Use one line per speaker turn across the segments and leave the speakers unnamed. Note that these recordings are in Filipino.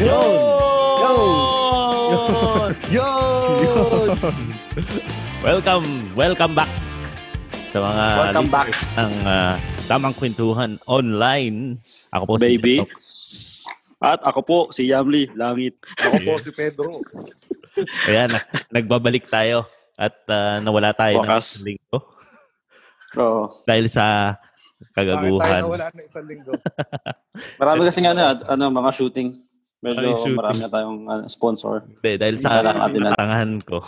Yun! Yun!
Yun! Yun! Welcome, welcome back sa mga
Welcome
listeners
back.
ng ah, Tamang Kwentuhan Online. Ako po
Baby.
si Tito Tox.
At ako po, si Yamli, langit.
Ako po si Pedro.
Kaya nag- nagbabalik tayo at ah, nawala tayo
Wakas.
ng linggo
Oo.
dahil sa
Bakit tayo
kagaguhan.
nawala ng isang linggo?
Marami kasi ano, ad- ano, mga shooting.
Ay,
Medyo
shooting.
marami na tayong ano, sponsor.
Hindi, dahil sa
Wala natin na-
tangahan ko.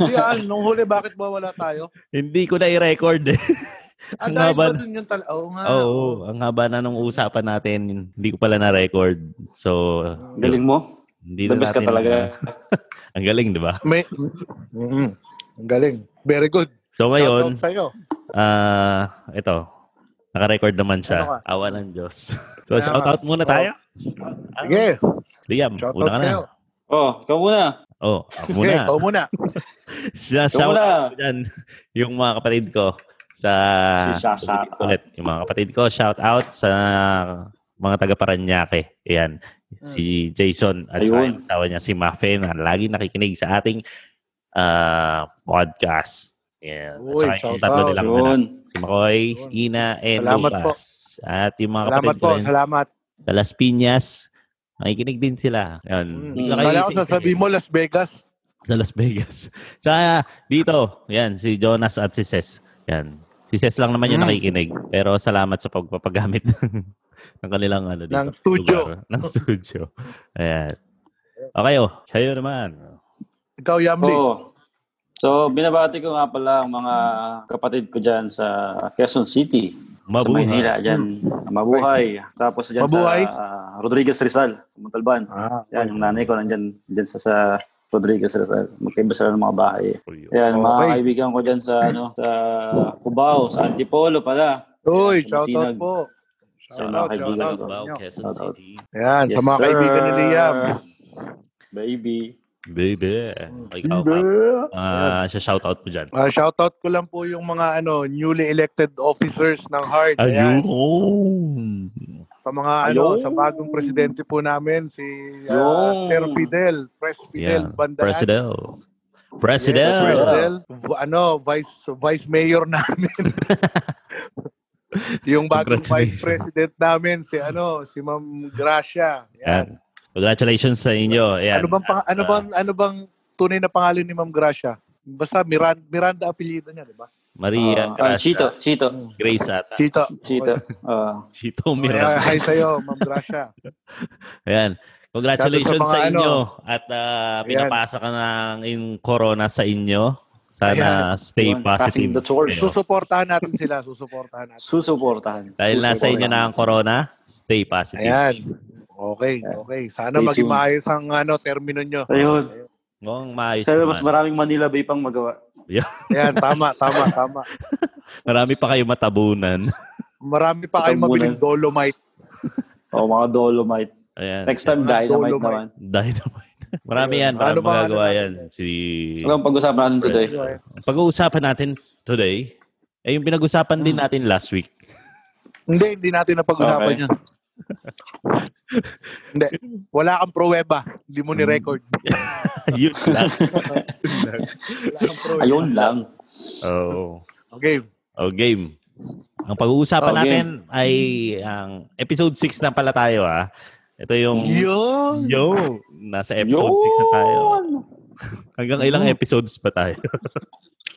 Hindi ah, nung huli bakit ba wala tayo?
Hindi ko na i-record eh.
Ah,
Ang
dahil
haba
ba
na-
dun yung tal... Ah, Oo nga.
Oo, ang haba na nung usapan natin, hindi ko pala na-record. So,
Galing mo.
Hindi
The
na
best ka
natin.
talaga.
ang galing, di ba?
May... Mm-mm. Ang galing. Very good.
So
Shoutout
ngayon,
sa'yo.
ah ito. Naka-record naman siya.
Ano
Awa ng Diyos. So
Kaya
shout out muna
Oo.
tayo.
Sige,
Liam,
shoutout
una ka na.
sa'yo.
Oh, ikaw muna.
Oh, ako
Sige,
muna.
ikaw muna.
Siya
Ikaw
shout
muna.
out dyan yung mga kapatid ko sa
Si Shasha.
ulit yung mga kapatid ko shout out sa mga taga Paranaque. Ayan.
Hmm.
Si Jason at saka
Ayun.
yung asawa niya si Mafe na lagi nakikinig sa ating ah, podcast. Yeah. At
Uy,
saka yung
shout
tatlo
out.
nilang anak.
Yun.
Si Makoy,
Yun.
Ina, and
Salamat
Lucas. At yung mga
Salamat
kapatid
po,
ko rin,
salamat.
sa Las Piñas, nakikinig din sila. Yan.
Mm.
Bigla kayo
Kala ko
isipin
sasabihin mo Las Vegas.
Sa Las Vegas. Tsaka dito, yan, si Jonas at si Ses. Yan. Si Ses lang naman yung
Mm.
nakikinig. Pero salamat sa pagpapagamit ng kanilang ano dito.
Ng studio.
lugar. Ng studio. Ayan. O kayo, kayo naman.
Ikaw, Yamli.
Oo. So, binabati ko nga pala ang mga kapatid ko dyan sa Quezon City. Sa Maynila,
Mabuhay.
dyan.
Hmm.
Mabuhay. Tapos dyan
Mabuhay.
sa ah, Rodriguez Rizal, sa Montalban.
Ah,
Yan, yung nanay ko nandyan dyan sa, sa Rodriguez Rizal. Magkaiba sila ng mga bahay. Yan, mga
Okay.
kaibigan ko dyan sa, ano, sa Cubao, sa Antipolo pala.
Uy,
Yan, sa
shoutout
Masinag.
po.
mga
Shoutout,
kaibigan
shoutout.
ko.
sa
Wow,
inyo.
Quezon
Shout out.
City.
Yan, sa
Yes,
mga
sir.
kaibigan ni Liam.
Baby.
Baby.
Mm.
Ikaw, Pap. Ah, siya shoutout mo dyan.
Ah, shoutout ko lang po yung mga ano newly elected officers ng Heart.
Ah,
Ayan.
Ayun.
sa mga
Ayun.
ano sa bagong presidente po namin si ah,
Ayun.
Sir Fidel, Pres
Yeah.
Fidel Bandaran.
President.
Yes,
President.
Pres Fidel. V- ano, vice vice mayor namin. yung bagong vice
Congratulations.
president namin si ano si Ma'am Gracia.
Yan.
Yan.
Congratulations sa inyo. Yan.
Ano bang pang-
At,
ano
ah,
bang ano bang tunay na pangalan ni Ma'am Gracia? Basta Miranda, Miranda apelyido niya, di ba?
Maria
Ah, ah,
Gracia.
Chito, Chito.
Grace ata.
Tito.
Chito. Ah,
Chito
Kaya,
Miranda.
hi sa'yo, Ma'am Gracia.
Ayan. Congratulations
Shoutout sa
sa,
mga ano.
inyo. At ah,
Ayan.
pinapasa ka ng in corona sa inyo. Sana stay positive.
Yun, passing the torch.
kayo.
Susuportahan natin sila, susuportahan natin.
susuportahan.
Dahil nasa inyo na
Susuportahan.
ang corona, stay positive.
Ayan. Okay, okay. Sana
Stay
maging
tuned.
maayos ang ano, termino nyo.
Ayun.
Ngong maayos
Pero mas
naman.
maraming Manila Bay pang magawa.
Ayan, tama, tama, tama.
Marami pa kayo matabunan.
Marami pa kayong
Patambunan.
mabiling dolomite.
O, Oh, mga Dolomite.
Ayan.
Next time,
Mga
dynamite
Dolomite.
naman.
Dynamite. Marami yan. Marami
Ano ba, ano
magagawa
natin
yan. Si...
Alam, pag-usapan natin today.
Ang Pag-uusapan natin today, ay yung pinag-usapan din natin last week.
Hindi, hindi natin napag-usapan
Okay.
yan. hindi. Wala kang pruweba. Hindi mo ni-record.
Yun lang.
Wala kang pruweba.
Ayun lang.
Oh.
Okay.
oh, game. Ang pag-uusapan
Oh,
natin ay ang episode 6 na pala tayo ah. Ito yung
Yun!
Yo, nasa episode 6 na tayo. Hanggang ilang episodes pa tayo?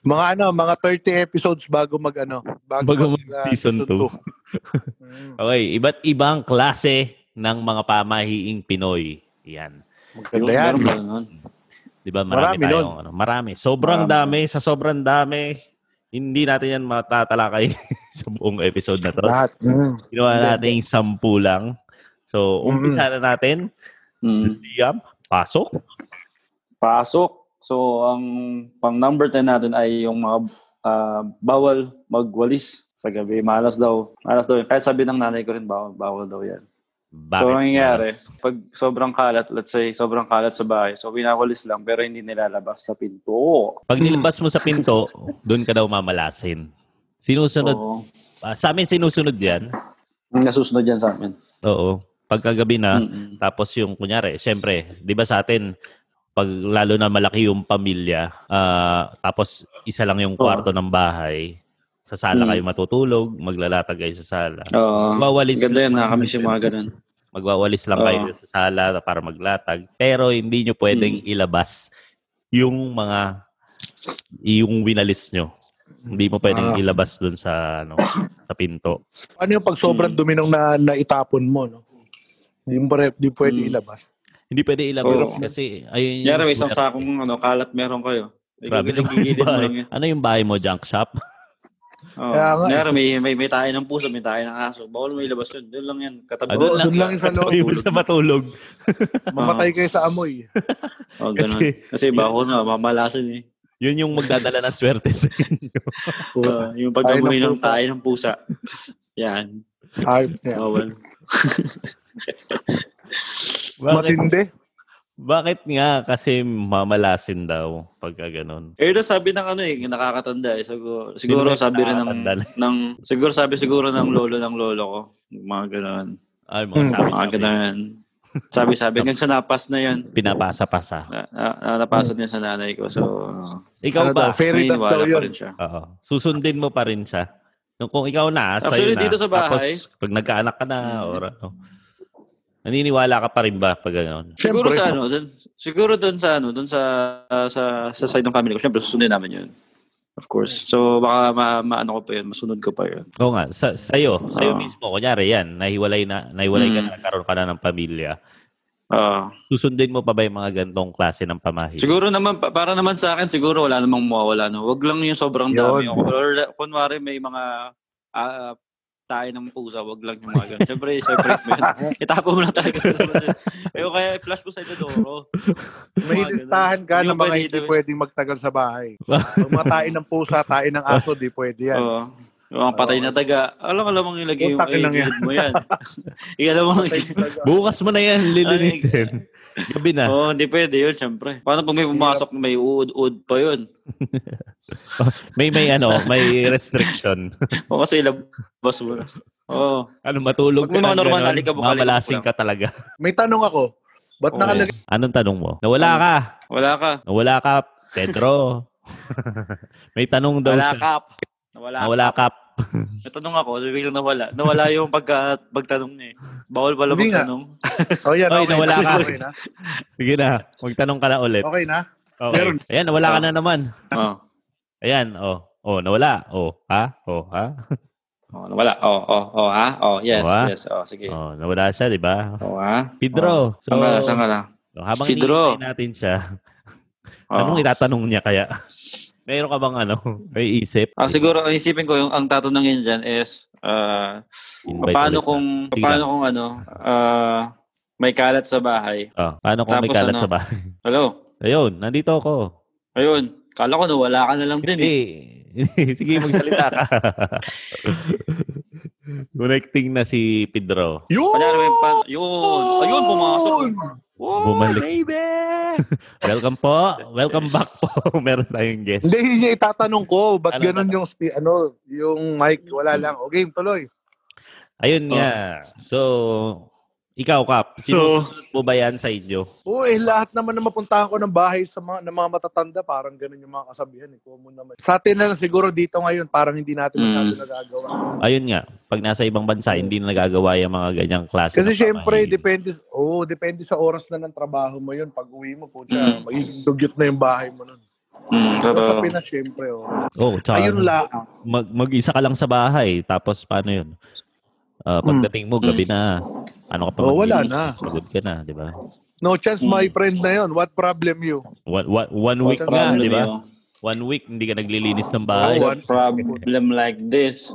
Mga ano, mga 30 episodes bago mag ano. Bago,
Bago mag
ah,
season two.
two. Mm.
Okay, iba't ibang klase ng mga pamahiing Pinoy. Yan.
Maganda yan.
Meron ba nun?
'Di ba? Marami,
Marami
tayong ano, marami. Sobrang
Marami.
dami sa sobrang dami. Hindi natin yan matatalakay sa buong episode na to.
Lahat. Mm.
Ginawa natin yung sampu lang. So, umpisa na natin.
Mm.
Liam, pasok.
Pasok. So, ang pang number 10 natin ay yung mga ah, bawal magwalis sa gabi. Malas daw. Malas daw. yun. Kahit sabi ng nanay ko rin, bawal, bawal daw yan.
Bakit
so, ang nangyayari,
mas?
pag sobrang kalat, let's say, sobrang kalat sa bahay, so winawalis lang, pero hindi nilalabas sa pinto.
Pag nilabas mo sa pinto, doon ka daw mamalasin. Sinusunod.
Oo.
ah, sa amin sinusunod yan.
Ang nasusunod yan sa amin. Mm.
Oo. Pagkagabi na,
Mm-mm.
tapos yung kunyari, syempre, 'di ba sa atin pag lalo na malaki yung pamilya, ah, tapos isa lang yung
Oo.
kwarto ng bahay, sa sala
Mm.
kayo matutulog, maglalatag kayo sa sala.
Oo.
Magwawalis,
Ganda yan, nakakamiss yung mga ganun.
magwawalis lang kayo
Oo.
sa sala para maglatag. Pero hindi nyo pwedeng ilabas yung mga, yung winalis nyo. Hindi mo pwedeng
Ah.
ilabas dun sa, ano, sa pinto.
Ano yung pag sobrang dumi nung na, naitapon mo, no? Hindi mo pa di pwede
Mm.
ilabas.
Hindi pwede ilabas
Oo.
kasi ayun yung...
Yara, may isang
sulat.
sakong ano, kalat meron kayo.
Grabe naman yung
Igigilid mo
bahay.
lang yan.
Ano yung bahay mo, junk shop?
Oo.
Kaya nga eh.
Yara, may, may, may tayo ng puso, may tayo ng aso. Bawal mo ilabas yun. Doon lang yan. Katabi.
Ah, doon
Oo,
lang.
Doon lang yung sa
Sa
loob.
yung sa matulog.
Mamatay kayo sa amoy.
Oo, Oh, ganun.
Kasi
Kasi bako na, mamalasan eh.
yun yung magdadala ng swerte sa inyo.
Diba?
Oo, yung pag-amoy ng tayo ng pusa. Yan.
Ay, yeah.
Bawal.
Bakit,
Matindi.
bakit nga? Kasi mamalasin daw pagka ganun.
Eh, doon sabi ng ano eh, nakakatanda eh. Siguro, siguro
Hindi mo
sabi rin ng,
nakakatanda lang.
ng, siguro sabi siguro ng lolo ng lolo ko. Mga ganun.
Ay, mga
Hmm.
sabi
Mga ganun. Sabi-sabi, hanggang sa napas na yun.
Pinapasa-pasa.
Na, na, na- napasad niya sa nanay ko. So,
Ikaw
Ano
ba?
daw, fairy dust daw
naniniwala pa
yun.
rin siya.
Oo. Susundin mo pa rin siya. Nung kung ikaw na, sa'yo
Actually,
na.
dito sa bahay-
Tapos, pag nagkaanak ka na,
Mm.
or ano. Naniniwala ka pa rin ba pag ganun?
Siguro
Siyempre.
sa ano, dun, siguro doon sa ano, doon sa, sa sa side ng family ko, syempre susundin namin 'yun. Of course. So baka ma, maano ko pa 'yun, masunod ko pa 'yun.
Oo nga, sa, sa'yo, sa'yo
Oo.
mismo, kunyari yan, nahiwalay na, nahiwalay ka
Mm.
na, nagkaroon ka na ng pamilya.
Ah.
susundin mo pa ba yung mga gantong klase ng pamahiin?
Siguro naman, pa- para naman sa akin, siguro wala namang mawawala. No? Wag lang yung sobrang dami.
Yun.
O, Or, kunwari may mga ah, tayo ng pusa, wag lang yung mga ganun. Siyempre, separate mo yun. Itapon mo lang talaga sa labas. yun. Eh, o kaya flash mo sa inodoro.
May
Mga ganun.
listahan ka
Hindi
ng
mo
mga
pwede
hindi
ito-
pwedeng magtagal sa bahay. Pag mga tain ng pusa, tain ng aso, di pwede yan.
Oo. Yung mga patay na taga, alam ko lamang ilagay yung
Utak yun lang yan.
ilagay mo yan. Ikaw mo
Patay talaga.
Bukas mo na yan, lilinisin. Gabi na.
Oo, hindi pwede yun, syempre. Paano pag may pumasok, may uud-ud pa yun?
May may ano, may restriction.
O kasi ilabas mo. Oo.
ano, matulog
Pag may mga
ng
normal,
ganon,
alikabok,
mamalasing
alikabok
ka talaga.
May tanong ako. Ba't
Oo.
nakalagay
Anong tanong mo? Nawala
Ano?
ka.
Wala ka.
Nawala ka, Pedro. may tanong daw
Wala
siya. Ah,
ka. Nawala ka.
Nawala ka.
Natanong ako, biglang nawala. Nawala yung pagka, pagtanong niya. eh. Bawal pala
Hindi nga.
magtanong.
Oh, yan.
Oy,
Okay,
nawala
na.
ka.
Okay na.
Sige na, magtanong ka na ulit. Oh,
Okay na.
Okay.
Oh, Meron.
Ayan, nawala ka na naman.
Oo.
Ayan, oh. Oh, nawala. Oh, ha? Oh, ha?
Oh, nawala. Oo, oh, oh, oh, ha? Oh,
Oo,
yes,
ah.
yes. Oh, sige.
Oh, nawala siya, di ba?
Oh, ha?
Pedro. So,
Saan ka na? Saan ka na?
habang
Pedro.
hinihintay natin siya,
Oo.
Anong itatanong niya kaya? Meron ka bang ano? May isip?
Ah, siguro ang isipin ko yung ang tatanungin diyan is ah,
Invite ulit
paano
na.
kung
Sige
paano kung ano ah, may kalat sa bahay.
Ah, paano kung may
Tapos
kalat
ano?
sa bahay?
Hello.
Ayun, nandito ako.
Ayun. Kala ko nawala ka na lang din eh.
Hindi. Sige, magsalita ka. Connecting na si Pedro.
Yun!
Kunyari may pan- yun. Ayun, pumasok.
Oh, Bumalik. baby! Welcome po. Welcome back po. Meron tayong guest.
Hindi, yun yung itatanong ko. Ba't
Anong
ganun
tanong?
yung, spi- ano, yung mic? Wala lang. O game, tuloy.
Ayun nga.
Oh.
So, ikaw, Kap. Sinusunod mo ba yan sa inyo?
Oo, eh, lahat naman na mapuntahan ko ng bahay sa mga, ng mga matatanda, parang ganun yung mga kasabihan. Eh. Common naman. Sa atin na lang siguro dito ngayon, parang hindi natin
Hmm.
masyado
Mm.
nagagawa.
Ayun nga. Pag nasa ibang bansa, hindi na nagagawa yung mga ganyang klase.
Kasi
ng
syempre,
pamahiin.
depende, oh, depende sa oras na ng trabaho mo yun. Pag uwi mo, po,
Hmm.
Mm.
magiging dugyot na yung bahay mo nun.
Mm,
Pero sa
totoo.
Pinas, syempre, oh.
Oh, tsaka
Ayun lang.
mag, mag-isa ka lang sa bahay, tapos paano yun? Ah, pagdating mo, gabi na. Ano ka pa?
Hmm. Oh, wala
maglilinis,
na.
Pagod ka na, di ba?
No chance,
Mm.
Hmm.
my friend na yun. What problem you?
One, one, one week
Wala
nga,
Problem
di ba?
yun.
One week, hindi ka naglilinis ng
What's
bahay.
Oh,
a problem like this?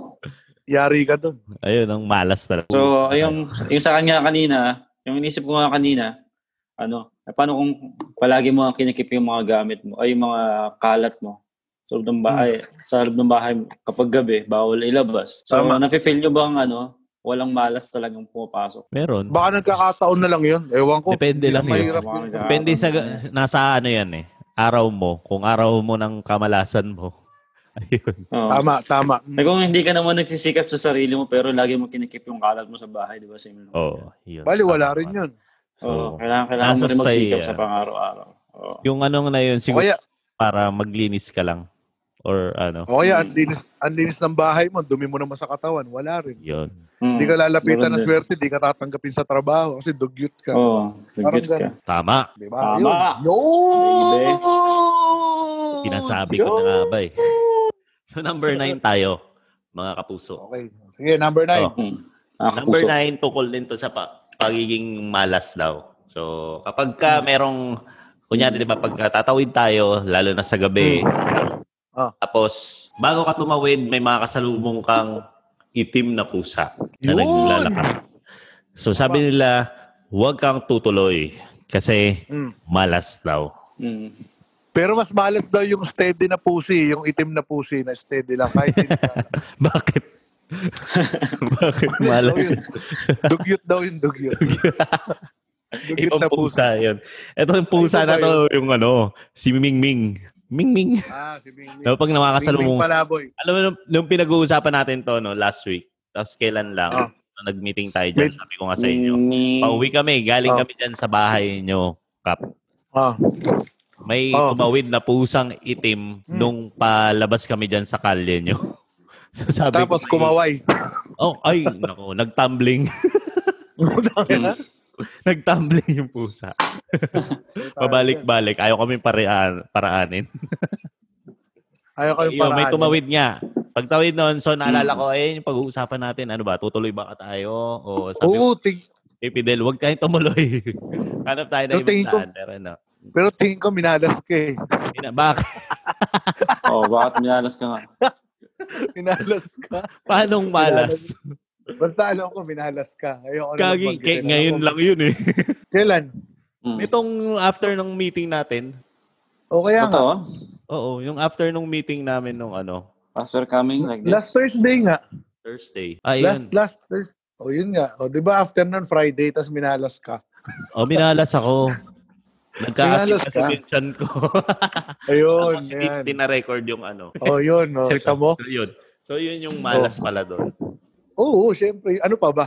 Yari ka dun.
Ayun, ang malas talaga.
So, yung, yung sa kanya kanina, yung inisip ko nga kanina, ano, eh, paano kung palagi mo ang kinikip yung mga gamit mo, ay yung mga kalat mo sa loob ng bahay,
Hmm.
sa loob ng bahay mo, kapag gabi, bawal ilabas. So,
Tama.
nafe-feel nyo bang ano, walang malas talagang pumapasok?
Meron.
Baka nagkakataon na lang yun. Ewan ko.
Depende
Hindi
lang yun.
Mga
mahirap yun.
nagkakataon
Depende sa,
na yan.
nasa ano yan eh. Araw mo. Kung araw mo ng kamalasan mo. Ayun.
Oo.
Tama, tama.
Eh, kung hindi ka naman nagsisikap sa sarili mo pero lagi mo kinikip yung kalat mo sa bahay, di ba? Same lang.
Oo. yun.
Bali, wala
Tama,
rin
tama.
yun.
Oo,
So,
kailangan, kailangan mo
nasa
rin magsikap
sa'yo,
sa
ah.
pang-araw-araw. Oo.
Yung ano na yun,
O
siguro
kaya,
para maglinis ka lang. Or ano,
o kaya, ang linis, ang linis ng bahay mo, dumi mo naman sa katawan, wala rin.
yun.
Mm.
Hindi ka lalapitan
Meron
ng
din.
swerte, hindi ka tatanggapin sa trabaho kasi dugyot ka.
Mm. Oo,
Parang
nag-good ka.
ganun.
Tama.
Di ba?
Tama.
Yun. No!
Baby.
Oh,
Pinasabi ko na nga ba eh. So number nine tayo, mga kapuso.
Okay. Sige, number nine.
Oh.
Mm. Ah,
Number
kapuso.
nine, tukol din to sa pa- pagiging malas daw. So, kapag ka
Hmm.
merong, kunyari, di ba, pagka tatawid tayo, lalo na sa gabi,
Ah.
tapos, bago ka tumawid, may mga kasalubong kang itim na pusa na
Yun!
naglalakad. So, sabi nila, huwag kang tutuloy kasi
Mm.
malas daw.
Mm.
Pero mas malas daw yung steady na pusi, yung itim na pusi na steady lang. Kahit hindi na-
Bakit? Bakit malas?
Yun. dugyot daw yung dugyot. dugyot
Ibang
na pusa.
pusa yun. Ito yung pusa na
Ay, iba
to, yung ano, si Mingming. Mingming.
Ah, si Bingling.
Dapat pag
Bingling
nakakasalubong,
Palaboy.
alam mo, nung, nung pinag-uusapan natin to, no, last week, tapos kailan lang,
Ah.
nung nag-meeting tayo dyan,
Wait.
sabi ko nga sa inyo,
Mm.
pauwi kami, galing
Ah.
kami dyan sa bahay nyo, Kap.
Ah,
May
Ah.
tumawid na pusang itim
Hmm.
nung palabas kami dyan sa kalye nyo. so sabi
tapos
ko, may-
kumaway.
Oh, ay, nako, nagtumbling.
Hmm.
Mm.
nagtumbling yung pusa. Pabalik-balik. Ayaw kami paraan, paraanin.
Ayaw ko yung
Yung
paraan. Mm.
may tumawid nga. Pagtawid noon, so naalala ko, eh, yung pag-uusapan natin, ano ba, tutuloy ba ka tayo? O sabi ko,
Oo, ting-
eh, Fidel, huwag tayong tumuloy. Hanap tayo ng
Pero
ibang
tingin ko-
saan. Pero ano,
pero tingin ko minalas ka eh.
ina, bakit?
Oo, Oh, bakit minalas ka nga?
Minalas ka.
Paanong malas?
Basta alam ko, minalas ka. Ayoko na
Kagi,
magbanggit.
kay-
Alam
ngayon
ko-
lang yun eh.
Kailan?
Mm.
Itong after ng meeting natin,
O kaya nga.
Totoo?
oo, yung after ng meeting namin nung ano,
After coming like this?
Last Thursday nga.
Thursday. Ah,
Last,
yun.
last Thursday. O yun nga. O, di ba after nun, Friday, tas minalas ka.
O, Oh, minalas ako.
Minalas ka?
Nagka-asik-asik yung chan ko.
Ayun,
Tapos
yan.
tina-record yung ano.
O yun, o. Kita mo? Oh.
So, yun. So, yun yung malas pala doon.
Oo, syempre. Ano pa ba?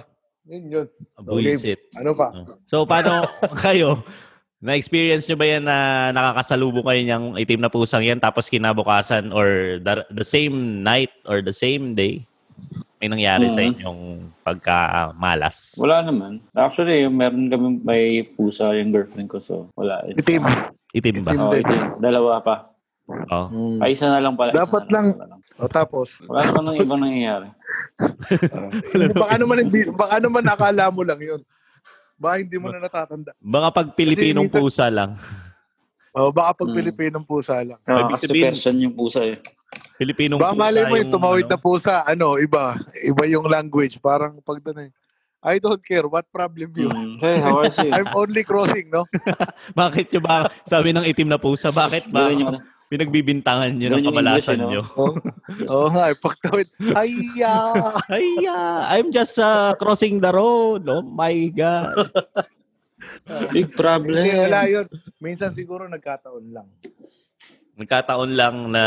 Yun, yun. Okay.
Buisit.
Ano pa?
So, paano kayo? Na-experience nyo ba yan na nakakasalubong kayo niyang itim na pusang yan tapos kinabukasan or the, the same night or the same day? May nangyari sa
Mhm.
Hmm.
inyong pagka-malas.
Wala naman. Actually, yung meron kami may pusa yung girlfriend ko, so wala.
Itim.
Itim ba?
Itim.
Oo, itim. Dalawa pa.
Oo.
Mm.
Ay, isa na lang pala. isa
Dapat
na
lang-
Wala, lang.
O tapos.
wala naman ng ibang nangyayari.
baka naman hindi, baka naman akala mo lang yun. Baka hindi mo na natatanda.
Mga pag Pilipinong
minsan-
pusa lang.
O baka pag
Mm.
Pilipinong pusa lang.
Ibig
Kasi
sabihin-
person Ah, yung pusa eh.
Pilipinong
Baka
pusa.
malay mo yung tumawid na
ano,
pusa, ano, iba. Iba yung language. Parang pag doon eh, I don't care what problem you.
Hmm.
Mm. Hey, how are you?
I'm only crossing, no?
Bakit yung ba? Sabi ng itim na pusa, bakit ba?
Gawin yung ano.
Pinagbibintangan nyo
Gawin
ng
yung English, eh,
kabalasan
you know?
nyo.
Oo oh, nga, eh, pag tawid, ay, ah,
Ay, ah, I'm just ah, crossing the road. Oh my God.
Big problem.
Hindi, wala yun. Minsan siguro nagkataon lang.
Nagkataon lang na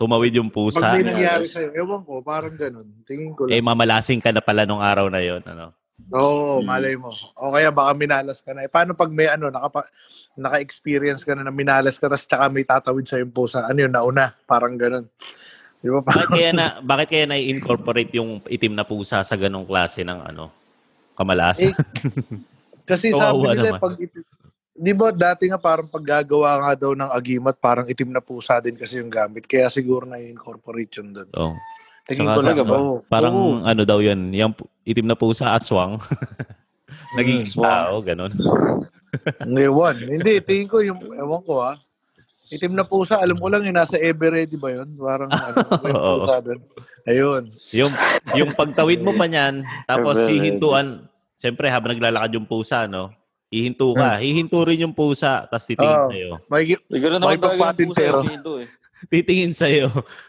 tumawid yung
Pag
pusa. ano?
may nangyari sa'yo, ewan ko, parang ganun. Tingin ko
Eh,
lang.
mamalasing ka na pala nung araw na yon ano?
Oo, malay mo. O kaya baka minalas ka na. Eh, paano pag may ano, nakapa, naka-experience ka na na minalas ka, tapos tsaka may tatawid sa'yo yung pusa. Ano yun, nauna. Parang ganun. Di ba?
Bakit
Parang,
kaya na bakit kaya na incorporate yung itim na pusa sa ganong klase ng ano? Kamalasan.
Eh, kasi sabi
Kawawa
nila,
naman.
pag itim, di ba dati nga parang paggagawa nga daw ng agimat, parang itim na pusa din kasi yung gamit. Kaya siguro na-incorporate yun doon.
Oo.
Tingin
Oh, Tsaka
ko lang,
talaga ba?
oo.
Parang
Oo.
ano daw yun, yung pu- itim na pusa aswang.
Mm,
Naging
aswang.
tao, ganun.
Ewan. Hindi, tingin ko yung, ewan ko ha. Itim na pusa, alam ko lang yung nasa Eveready ba yun? Parang ano, may
Oo.
pusa doon. Ayun.
Yung, yung pagtawid mo pa niyan, tapos
Ever
hihintuan, siyempre habang naglalakad yung pusa, no? Hihinto ka. Hihinto rin yung pusa, tapos titingin
Mm. Oo.
sa'yo.
May, gi-
Siguro naman
May
talaga
pagpatin
yung pusa
pero.
yung kido eh.
Titingin sa'yo.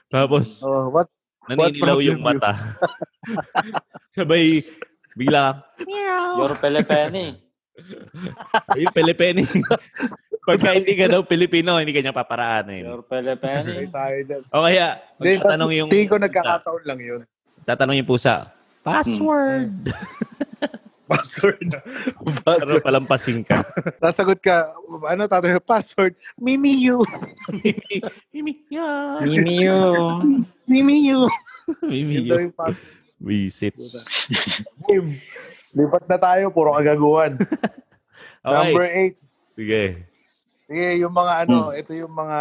Tapos,
oh, what? What
naninilaw
problem
yung
yun?
mata. Sabay, bigla,
Your Pelepene.
ayun, pelepeni. Pagka hindi ka daw Pilipino, hindi ka niya paparaanin.
Your Pelipeni.
Ay, tayo dyan.
O kaya,
Then,
magtatanong Hmm. yung...
tingin ko nagkakataon lang yun.
Tatanong yung pusa. Password! Hmm.
Password.
Pero
password.
palampasin ka.
Sasagot ka, ano tatay, password? Mimi you.
Mimi, Mimi, yeah.
Mimiyo.
Mimi you.
Mimi,
Yun daw
yun.
yung password.
Visit.
Boom. Lipat na tayo, puro kagaguhan.
Okay,
Number eight.
sige.
Sige, yung mga ano,
Hmm.
ito yung mga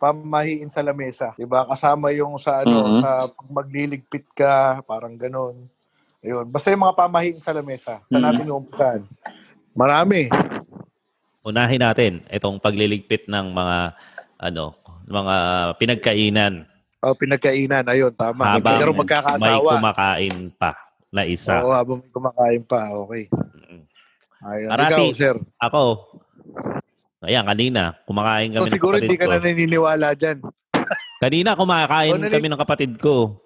pamahiin sa lamesa. 'Di ba? Kasama yung sa ano,
Hmm.
Mhm.
sa pag magliligpit ka, parang ganun. Ayun, basta yung mga pamahiin sa lamesa.
Hmm.
Saan
Mhm.
natin uumpisahan? Marami.
Unahin natin itong pagliligpit ng mga ano, mga pinagkainan
O, Oh, pinagkainan. Ayun, tama.
habang
Pero
may
magkakaasawa.
kumakain pa na isa.
Oo, habang may kumakain pa. Okay. Ayun.
Hmm. Arati.
Ikaw, sir.
Ako, ayan, kanina, kumakain kami
So,
ng
siguro
kapatid
hindi ka
ko.
na naniniwala dyan.
Kanina, kumakain
Oh, nanig-
kami ng kapatid ko.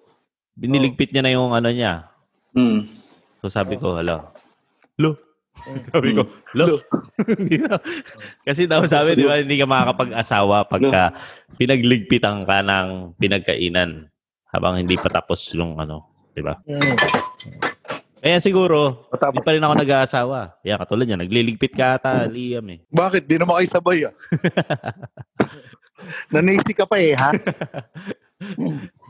Biniligpit niya na yung ano niya.
Mm.
So sabi ko, hala. Lo.
Mm.
sabi ko, lo. Hindi na- Kasi daw sabi, di ba, hindi ka makakapag-asawa pagka pinagligpitan ka ng pinagkainan habang hindi pa tapos yung ano, di ba?
Mm.
Kaya siguro,
O, tapos,
hindi pa rin ako nag-aasawa. Kaya katulad niya, nagliligpit ka ata, Liam eh.
bakit? Di naman kayo sabay ah. Nanisi ka pa eh, ha?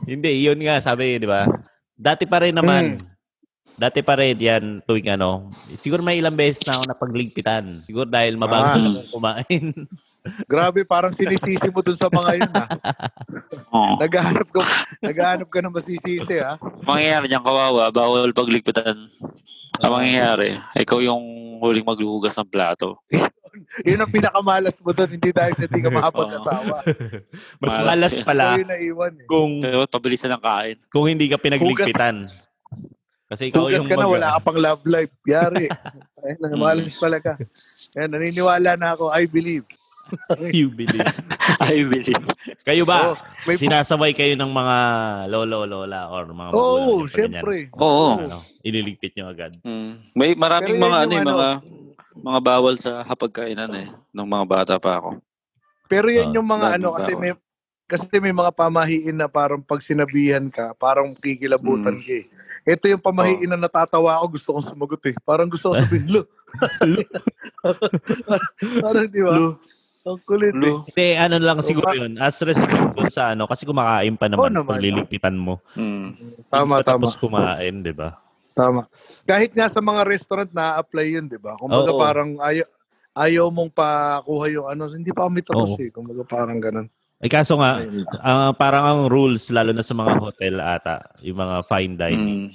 Hindi, yun nga sabi, di ba? Dati pa rin
Hmm.
naman. Dati pa rin yan tuwing ano. Siguro may ilang beses na ako napagligpitan. Siguro dahil mabango
Ah.
akong kumain.
Grabe, parang sinisisi mo dun sa mga yun, ha?
Oh.
Naghahanap ka, naghahanap ka ng masisisi, ah. ha?
Mangyayari niyang kawawa, bawal pagligpitan.
Ah.
Ang mangyayari, ikaw yung huling maghuhugas ng plato.
Yun ang pinakamalas mo dun, hindi dahil sa hindi ka makapag-asawa.
Mas
Malas
malas
eh.
Ikaw
pala
yung naiwan, eh.
kung
Pero pabilisan ng kain.
kung hindi ka pinagligpitan. Kasi ikaw
Tugas
yung
ka na,
mag-
wala ka pang love life. Yari. Ay, nangamalas pala ka. Ayan, naniniwala na ako. I believe.
you believe.
I believe.
Kayo ba?
Oh, may
Sinasabay kayo ng mga lolo, lola or mga magulang.
Oo, oh,
niyo pag ganyan?
syempre.
Oo.
Ano, ililigpit nyo agad.
Mm. May maraming
Pero yan
mga ano,
yung
eh,
ano-
mga mga bawal sa hapagkainan eh nung mga bata pa ako.
Pero yan
Ah,
yung mga
bagong
ano, kasi
bawa.
may, kasi may mga pamahiin na parang pag sinabihan ka, parang
Mm.
kikilabutan ka eh. Ito yung
Oh.
pamahiin na natatawa ako, gusto kong sumagot eh. Parang gusto kong sabihin, lo. parang di ba? Ang kulit eh.
Lu.
Hindi, ano lang
Oo,
siguro yun. As respect dun sa ano, kasi kumakain pa naman,
Oo naman.
pagliligpitan mo.
Mm.
Hindi
Tama,
pa
tama,
Tapos kumain, di ba?
tama. Kahit nga sa mga restaurant na-apply yun, di ba? Kung
Oo.
parang ayaw, ayaw mong pakuha yung ano, hindi pa kami tapos
Oo.
eh. Kung parang ganun.
Eh kaso nga,
Ayun lang.
ah, parang ang rules, lalo na sa mga hotel ata, yung mga fine dining,
Mm.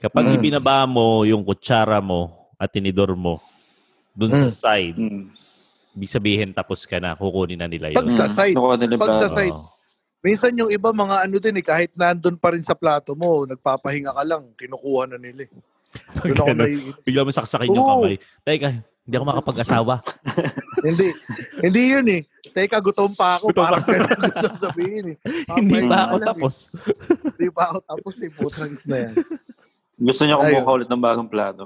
kapag
Mm.
ibinaba mo yung kutsara mo at tinidor mo dun sa
Mm.
side,
Mm.
ibig sabihin tapos ka na, kukunin na nila
Pag
yun.
sa side,
Mm. Nakuha nila yung
pag sa
plato.
side,
Oo.
Minsan yung iba mga ano din eh, kahit nandun pa rin sa plato mo, nagpapahinga ka lang, kinukuha na nila eh.
Pag
Doon ako
ganun,
naiinip.
bigla mo saksakin yung
Oo.
kamay. Teka, hindi ako makapag-asawa.
hindi, hindi yun eh. Teka, gutom pa ako.
Gutom
parang ganun gusto kong sabihin eh.
hindi pa
Papahinga ka
ako
lang
tapos.
Eh. Hindi pa ako tapos eh, putang is na yan.
Gusto niya
Ayun.
kumuha ulit ng bagong plato.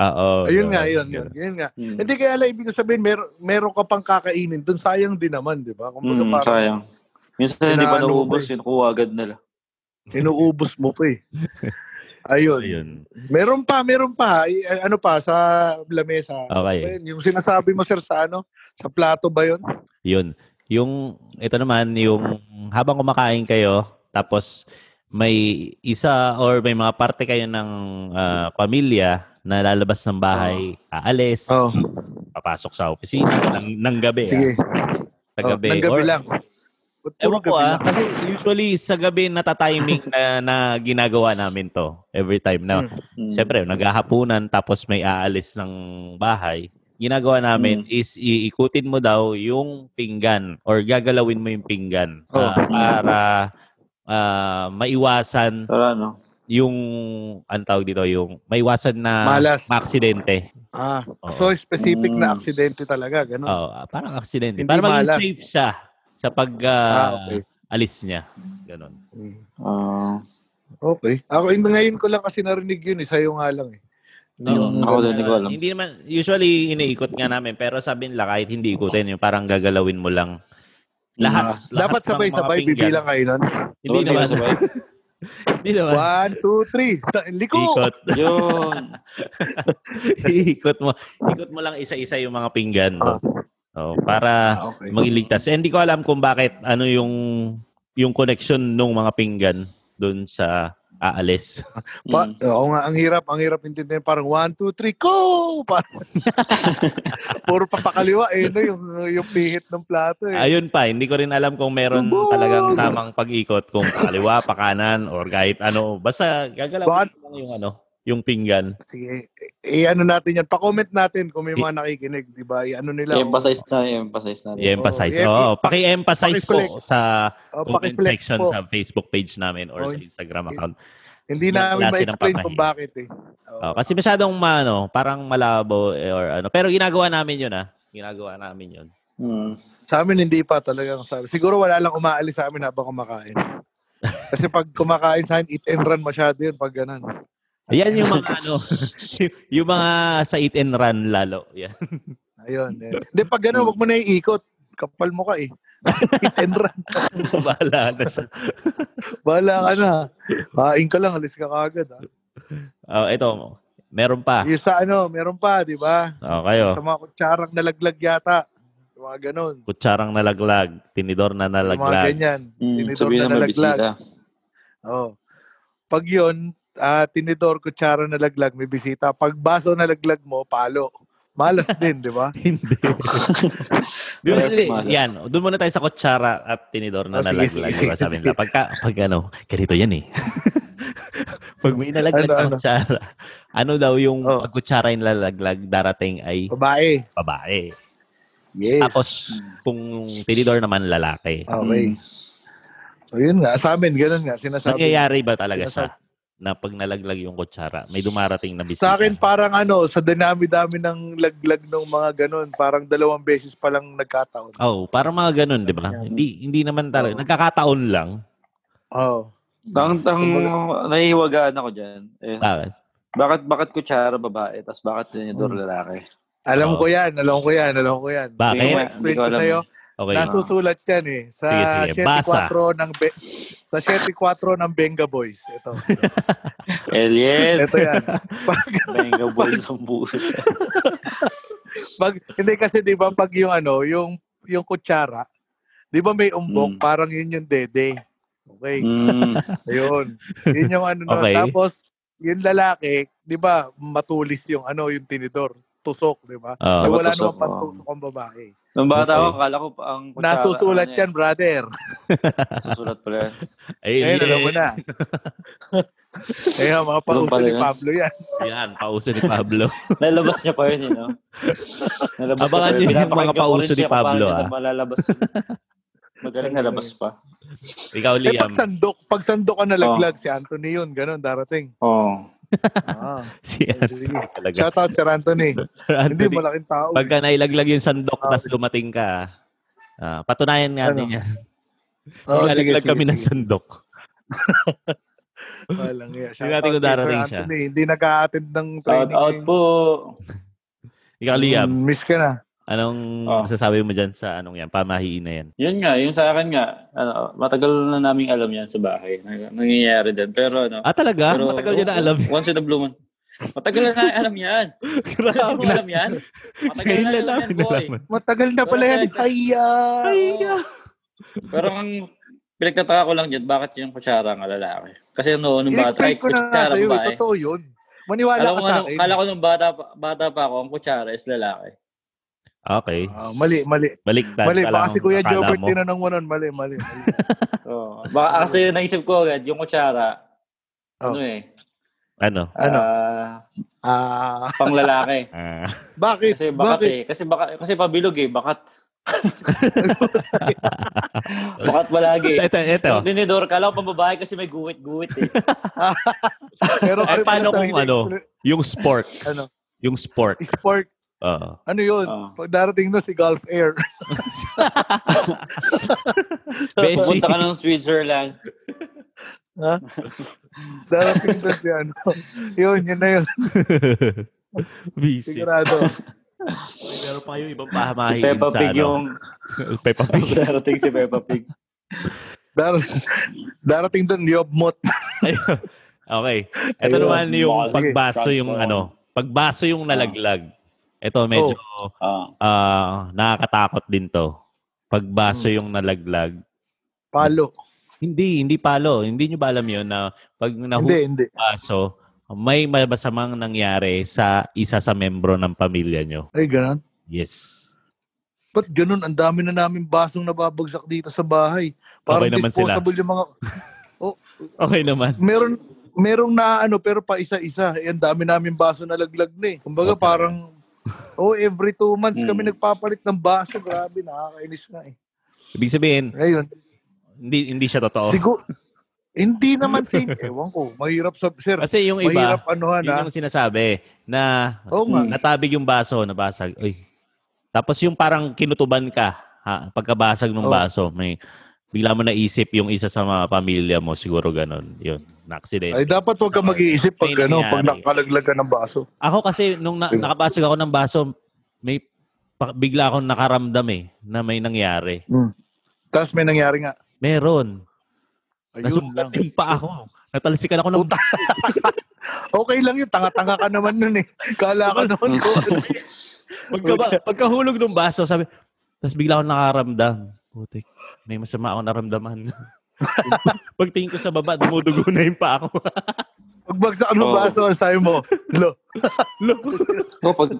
Oo.
Ayun nga, yun, yun, yun nga.
Mm.
Hindi kaya lang ibig ko sabihin, mer meron ka pang kakainin dun, sayang din naman, di ba? Kung
Mm,
parang
sayang. Minsan hindi pa
Inaano mo eh.
nauubos, kinukuha agad nila.
inuubos mo pa eh. Ayun.
Ayun.
Meron pa, meron pa. Ay, Ano pa sa lamesa?
Ah, Okay.
Ayun, Yung sinasabi mo sir sa ano? Sa plato ba yun?
Yun. Yung, ito naman, yung habang kumakain kayo, tapos may isa or may mga parte kayo ng ah, pamilya na lalabas ng bahay, aalis,
Oh,
papasok sa opisina ng, ng gabi.
sige.
Ah, sa
Oh,
gabi.
ng
Or-
gabi lang. Ba't
Ewan
puro
ko ah,
gabi lang?
kasi usually sa gabi natatiming na, na ginagawa namin to every time
Hmm.
na
Mm.
Siyempre, naghahapunan tapos may aalis ng bahay. Ginagawa namin
Mm.
is iikutin mo daw yung pinggan or gagalawin mo yung pinggan
Oh.
ah, para ah, maiwasan
Tara, no?
yung ang tawag dito yung maiwasan na
Malas.
maaksidente.
Ah,
Oo.
so specific
Mm.
na aksidente talaga, ganun.
Oo, ah, parang aksidente.
Mm. Hindi
para maging
malas.
safe siya sa pag
Ah,
ah,
okay.
alis niya. Ganon.
Mm.
Ah,
Okay. Ako, hindi ngayon ko lang kasi narinig yun eh, sa'yo nga lang eh.
Oo.
Yun, ako din, hindi ko alam.
Hindi naman, usually iniikot nga namin, pero sabi nila kahit hindi ikutin, yung parang gagalawin mo lang. Lahat. lahat ng
Dapat
mga
sabay-sabay
pinggan.
bibilang kayo nun.
Hindi
Doon
naman.
sabay-sabay.
hindi naman.
One, two, three. Ta- Liko!
Ikot.
Yun.
ikot mo. Ikot mo lang isa-isa yung mga pinggan. No? Oh, para
Ah, okay.
magiligtas. Eh, Hindi ko alam kung bakit ano yung yung connection ng mga pinggan doon sa aalis.
Pa, Oo nga, ang hirap, ang hirap intindihin. Parang one, two, three, go! Parang, puro papakaliwa eh, no? Yung, yung pihit ng plato eh.
Ayun pa, hindi ko rin alam kung meron
Lubog!
talagang tamang pag-ikot kung kaliwa, pakanan, or kahit ano. Basta gagalawin
Bakit?
lang yung ano, yung pinggan.
Sige, i-ano natin yan. Pa-comment natin kung may mga nakikinig, di ba? I-ano nila.
I-emphasize na, i-emphasize na.
I-emphasize.
Oh,
Oo,
yeah,
paki-emphasize po
paki-flex.
sa
Oh,
comment
paki-flex
section
po.
sa Facebook page namin or
Oh,
sa Instagram account.
Hindi
Ibang klase
namin
ng
ma-explain
papahiya.
kung bakit eh. Oo.
Oh, kasi masyadong maano, parang malabo eh, or ano. Pero ginagawa namin yun ah. Ginagawa namin yun.
Hmm.
Sa amin hindi pa talagang sabi. Siguro wala lang umaalis sa amin habang kumakain. Kasi pag kumakain sa akin, eat and run masyado yun pag ganun.
Ayan yung mga ano, yung mga sa eat and run lalo. Yan.
Ayun. Eh. Hindi, pag ganun, wag mo na iikot. Kapal mo ka eh. eat and run.
Bahala na siya.
Bahala ka na. Kain ka lang, alis ka kagad. Ha?
Oh, ito. Meron pa.
Yung sa ano, meron pa, di ba?
Ah. Oh, kayo.
Sa mga kutsarang nalaglag yata. Yung Mga ganun.
Kutsarang nalaglag, tinidor na
Yung Mga
nalaglag.
ganyan.
Hmm.
Tinidor
Sabihin
na
na may
nalaglag.
bisita.
Oo. Pag yun, ah, tinidor, kutsara nalaglag, may bisita. Pag baso nalaglag mo, palo. Malas din, di ba?
Hindi. Doon
Parehas
ulit,
malas.
yan, doon muna tayo sa kutsara at tinidor na
Ah, sige,
nalaglag.
sige,
Diba
sige,
sabi nila, pagka, pag ano, ganito yan eh. pag may nalaglag
Ano,
ano,
ano?
kutsara, ano daw yung
Oh.
pag kutsara yung nalaglag, darating ay
Babae.
babae.
Yes. Ah,
Tapos, kung tinidor naman, lalaki.
Okay.
Hmm.
So, yun nga. Sa amin, ganun nga. Sinasabi.
Nangyayari ba talaga siya?
Sinasabi-
Na pag nalaglag yung kutsara, may dumarating na bisita.
Sa akin, parang ano, sa dinami-dami ng laglag ng mga ganun, parang dalawang beses pa lang nagkataon.
Ah.
Oh, parang mga ganun, di ba?
Nangyayari.
Hindi, hindi naman talaga.
Oo.
Nagkakataon lang.
Oo.
Ang, ang nahihiwagaan ako dyan. Eh,
Bakit?
bakit, bakit kutsara babae, tapos bakit senador lalaki?
Alam
Oo.
ko yan, alam ko yan, alam ko yan.
Bakit?
Ah.
Hindi ko
Hindi
ma-explain
ko
ko
alam.
sa'yo.
Okay.
Nasusulat yan eh. Sa
Sige, sige.
74
Basa.
ng Be- sa 74 ng Benga Boys. Ito.
Alien!
Ito yan. Pag,
Benga boys ang buhay.
pag, hindi kasi 'di ba pag yung ano, yung yung kutsara, 'di ba may
Hmm.
Mm.
umbok, parang yun yung dede. Okay.
Mm.
Ayun. Yun yung ano nun.
Okay.
Tapos yung lalaki, 'di ba, matulis yung ano, yung tinidor, tusok, 'di ba?
Oo.
Eh, wala
tusok,
namang pantusok ang babae.
Nung
Okay.
bata ako, akala ko pa ang kutsara.
Nasusulat
ano
yan, brother.
eh, Nasusulat pala. yan.
Alien.
Ayun, alam mo na. Ayun, mga pauso
pala
ni
yun?
Pablo yan.
Yan, pauso ni Pablo.
Nalabas niya pa yun, you know? Nalabas
Abangan
niya pa yun.
niyo yung
Pinapakinggan
mga
ko rin
pauso ni
siya kung
Pablo,
paano
ah.
niya Malalabas yun. Magaling nalabas pa.
Ikaw,
Eh,
Liam. Oh.
pag sandok, pag sandok ka nalaglag, si Anthony yun, ganun, darating.
Oo.
Ah,
Si
sige.
Anthony talaga.
Shout out si Anthony.
Sir
Hindi,
Anthony,
malaking tao.
pagka nailaglag yung sandok, tas dumating ka, ah, patunayan nga
Ano?
niya.
Oo, sige,
Nilalaglag
Oh, sige,
kami ng
sige.
sandok.
Walang iya. Shout
natin
out
kung
kay Sir
darating siya.
Anthony. Hindi nag-a-attend ng
Shout
training.
out po.
Ikaw, Liam,
Mm, Ah. miss ka na.
anong
Oh.
masasabi mo dyan sa anong yan? Pamahiin na yan.
Yun nga, yung sa akin nga, ano, matagal na naming alam yan sa bahay. Nang- Nangyayari din. Pero ano,
Ah, talaga?
pero,
Matagal niya na alam.
Once in a blue moon. Matagal na namin alam yan. Hindi
Grabe.
mo alam yan. Matagal
Ngayon
na
lang
alam yan,
namin
boy.
nalaman. ah.
Matagal na pala yan.
Correct.
Kaya.
Kaya. Pero ang pinagtataka ko lang dyan, bakit yung kutsara ang lalaki? Kasi noon, nung bata,
I-explain
ay,
ko na nga
kutsara
sa'yo.
ba
eh.
eh?
Totoo yun. Maniwala
Kala
ka
ko,
sa
ano,
akin.
kala ko nung bata, pa- bata pa ako, ang kutsara is lalaki.
Okay.
Ah, mali, mali.
Baliktad
Mali,
ka
baka
lang
si
ang
Kuya
akala
Jobert
mo.
tinanong mo nun. Mali, mali. mali.
Oo. Baka kasi naisip ko agad, yung kutsara,
Oh.
ano eh,
Ano?
Ano?
ah,
Ah,
pang lalaki.
Ah.
bakit?
Kasi bakat
bakit?
eh. Kasi, baka, kasi pabilog eh, bakat. bakat palagi.
Ito, ito.
Yung dinidor, kala ko pambabae kasi may guwit-guwit eh.
Pero
Eh,
ano
paano
pala
kung
sarili-
ano? Yung sport.
Ano?
Yung sport.
Sport.
Oo.
Ano yun?
Oh.
Pag darating na si Golf Air.
Beshi.
Pumunta ka ng Switzerland.
Ha? Darating doon si ano. Yun, yun na yun.
Busy.
Sigurado.
Meron pa yung ibang
Si
pahamahin
Peppa
sa
Pig
ano.
yung...
Peppa Pig.
Darating si Peppa Pig.
Dar- darating doon, Yobmot.
Ayun. okay. Ito
Ayun.
naman yung
Sige,
pagbaso yung
transform.
ano. Pagbaso yung nalaglag. Ito medyo
Ah,
ah, nakakatakot din to.
Hmm.
Pagbaso yung nalaglag.
Palo.
Hindi, hindi palo. Hindi nyo ba alam yun na pag
Hindi,
nahuli
hindi.
baso, may masamang nangyari sa isa sa membro ng pamilya nyo.
Ay, ganun.
Yes.
Ba't ganun? Ang dami na namin basong nababagsak dito sa bahay. Parang
Okay naman sila.
disposable yung mga...
Okay naman.
Meron, merong na ano, pero pa isa-isa. Eh, ang dami namin baso na laglag na eh. Kumbaga
Okay. Hmm.
parang... Oh, every two months kami
Mm.
nagpapalit ng baso. Grabe, nakakainis nga eh.
Ibig sabihin,
Ngayon,
hindi hindi siya totoo.
siguro... Hindi naman sin. Ewan ko. Mahirap sa... Sir,
Kasi yung iba,
mahirap anuhan
yun
ha.
yung sinasabi na
ah. Oo nga. eh.
natabig yung baso, nabasag. Uy. Tapos yung parang kinutuban ka ha, pagkabasag ng
Oo.
baso, may bigla mo naisip yung isa sa mga pamilya mo, siguro ganun. Yun, na
Ay, dapat huwag ka mag-iisip pag
May
gano'n, pag
nangyari.
nakalaglag ka ng baso.
Ako kasi nung na- nakabasag ako ng baso, may pa- bigla akong nakaramdam eh na may nangyari.
Mm. Tapos may nangyari nga.
Meron.
Ayun
Nasulat eh.
lang.
din pa ako. Natalsikan ako ng
Okay lang yun. Tanga-tanga ka naman nun eh. Kala ka naman ko.
Pagka, ba, pagkahulog ng baso, sabi, tapos bigla akong nakaramdam. Putik, may masama ako naramdaman. Pagtingin ko sa baba, dumudugo na yung pa ako.
Pagbagsak ng
Oo.
baso, ang sabi mo, lo,
no, Oh, pag,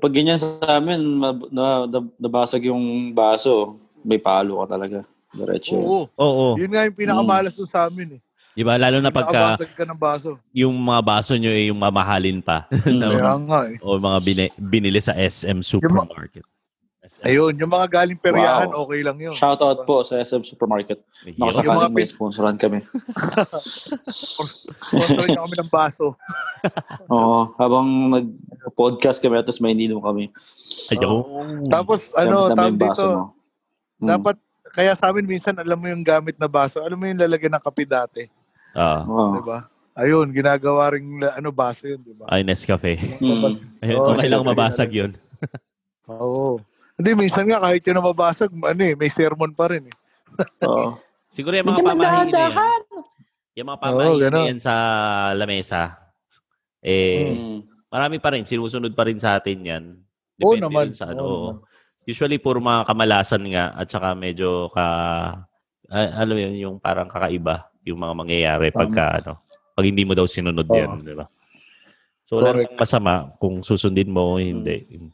pag ganyan sa amin, mab- na, na, nabasag yung baso, may palo ka talaga. Diretso.
oo.
Oo.
Yun nga yung pinakamalas dun sa amin eh.
Diba? Lalo na pagka
Nakabasag ka ng baso.
yung mga baso nyo eh, yung mamahalin pa. na,
Kaya nga eh.
o mga bine, binili sa SM Supermarket.
Ayun, yung mga galing peryahan,
Wow.
okay lang yun.
Shout out po sa SM Supermarket.
Mahirap.
Naku,
Yung mga
sakaling may
pin-
sponsoran kami.
Sponsorin niya kami ng baso.
Oo, habang nag-podcast kami, tapos may ininom kami.
Ayaw.
Tapos
Gamit
ano,
namin
tawag
yung baso
dito,
mo. Mm.
dapat, kaya sa amin minsan, alam mo yung gamit na baso, alam mo yung lalagyan ng kape dati,
Ah,
Oo.
di ba? Ayun, ginagawa rin la- ano, baso yun, di ba?
ay, Nescafe.
Mm.
Ayun,
Oo,
okay lang
Oh, Nescafe.
mabasag yun.
Ah, Oo. Hindi, minsan nga, kahit yun na mabasag, ano eh, may sermon pa rin eh.
Oo.
Siguro yung mga pamahiin na yan. Yung mga pamahiin na
Oh, ganun. Hmm.
yan sa lamesa. Eh,
Mm.
marami pa rin. Sinusunod pa rin sa atin yan.
Oo
Depende
naman.
yun Sa ano.
Oo
oo. Usually, puro mga kamalasan nga at saka medyo ka... ah, alam mo yun, yung parang kakaiba yung mga mangyayari
Tama.
pagka ano. Pag hindi mo daw sinunod
Oo.
yan, di ba? So, wala
Correct.
namang
Hmm.
masama kung susundin mo o hindi.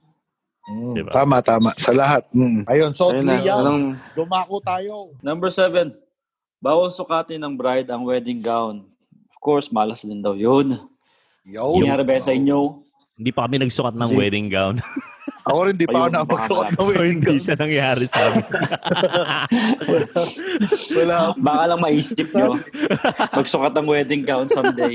Mm,
Diba?
Tama, tama. Sa lahat. Mm. Ayun, so
Ayun na,
Liam,
anong-
dumako tayo.
number seven. Bawal sukatin ng bride ang wedding gown. Of course, malas din daw yun.
Yo.
Yung-
Nangyari ba yan sa inyo?
Hindi pa kami nagsukat ng
Hindi.
wedding gown.
Ako rin, di pa ako
Ayun,
nakapagsuot
baka
ng
so,
wedding
hindi
gown.
siya nangyari sa amin.
Wala.
Baka lang maisip nyo. Magsukat ng wedding gown someday.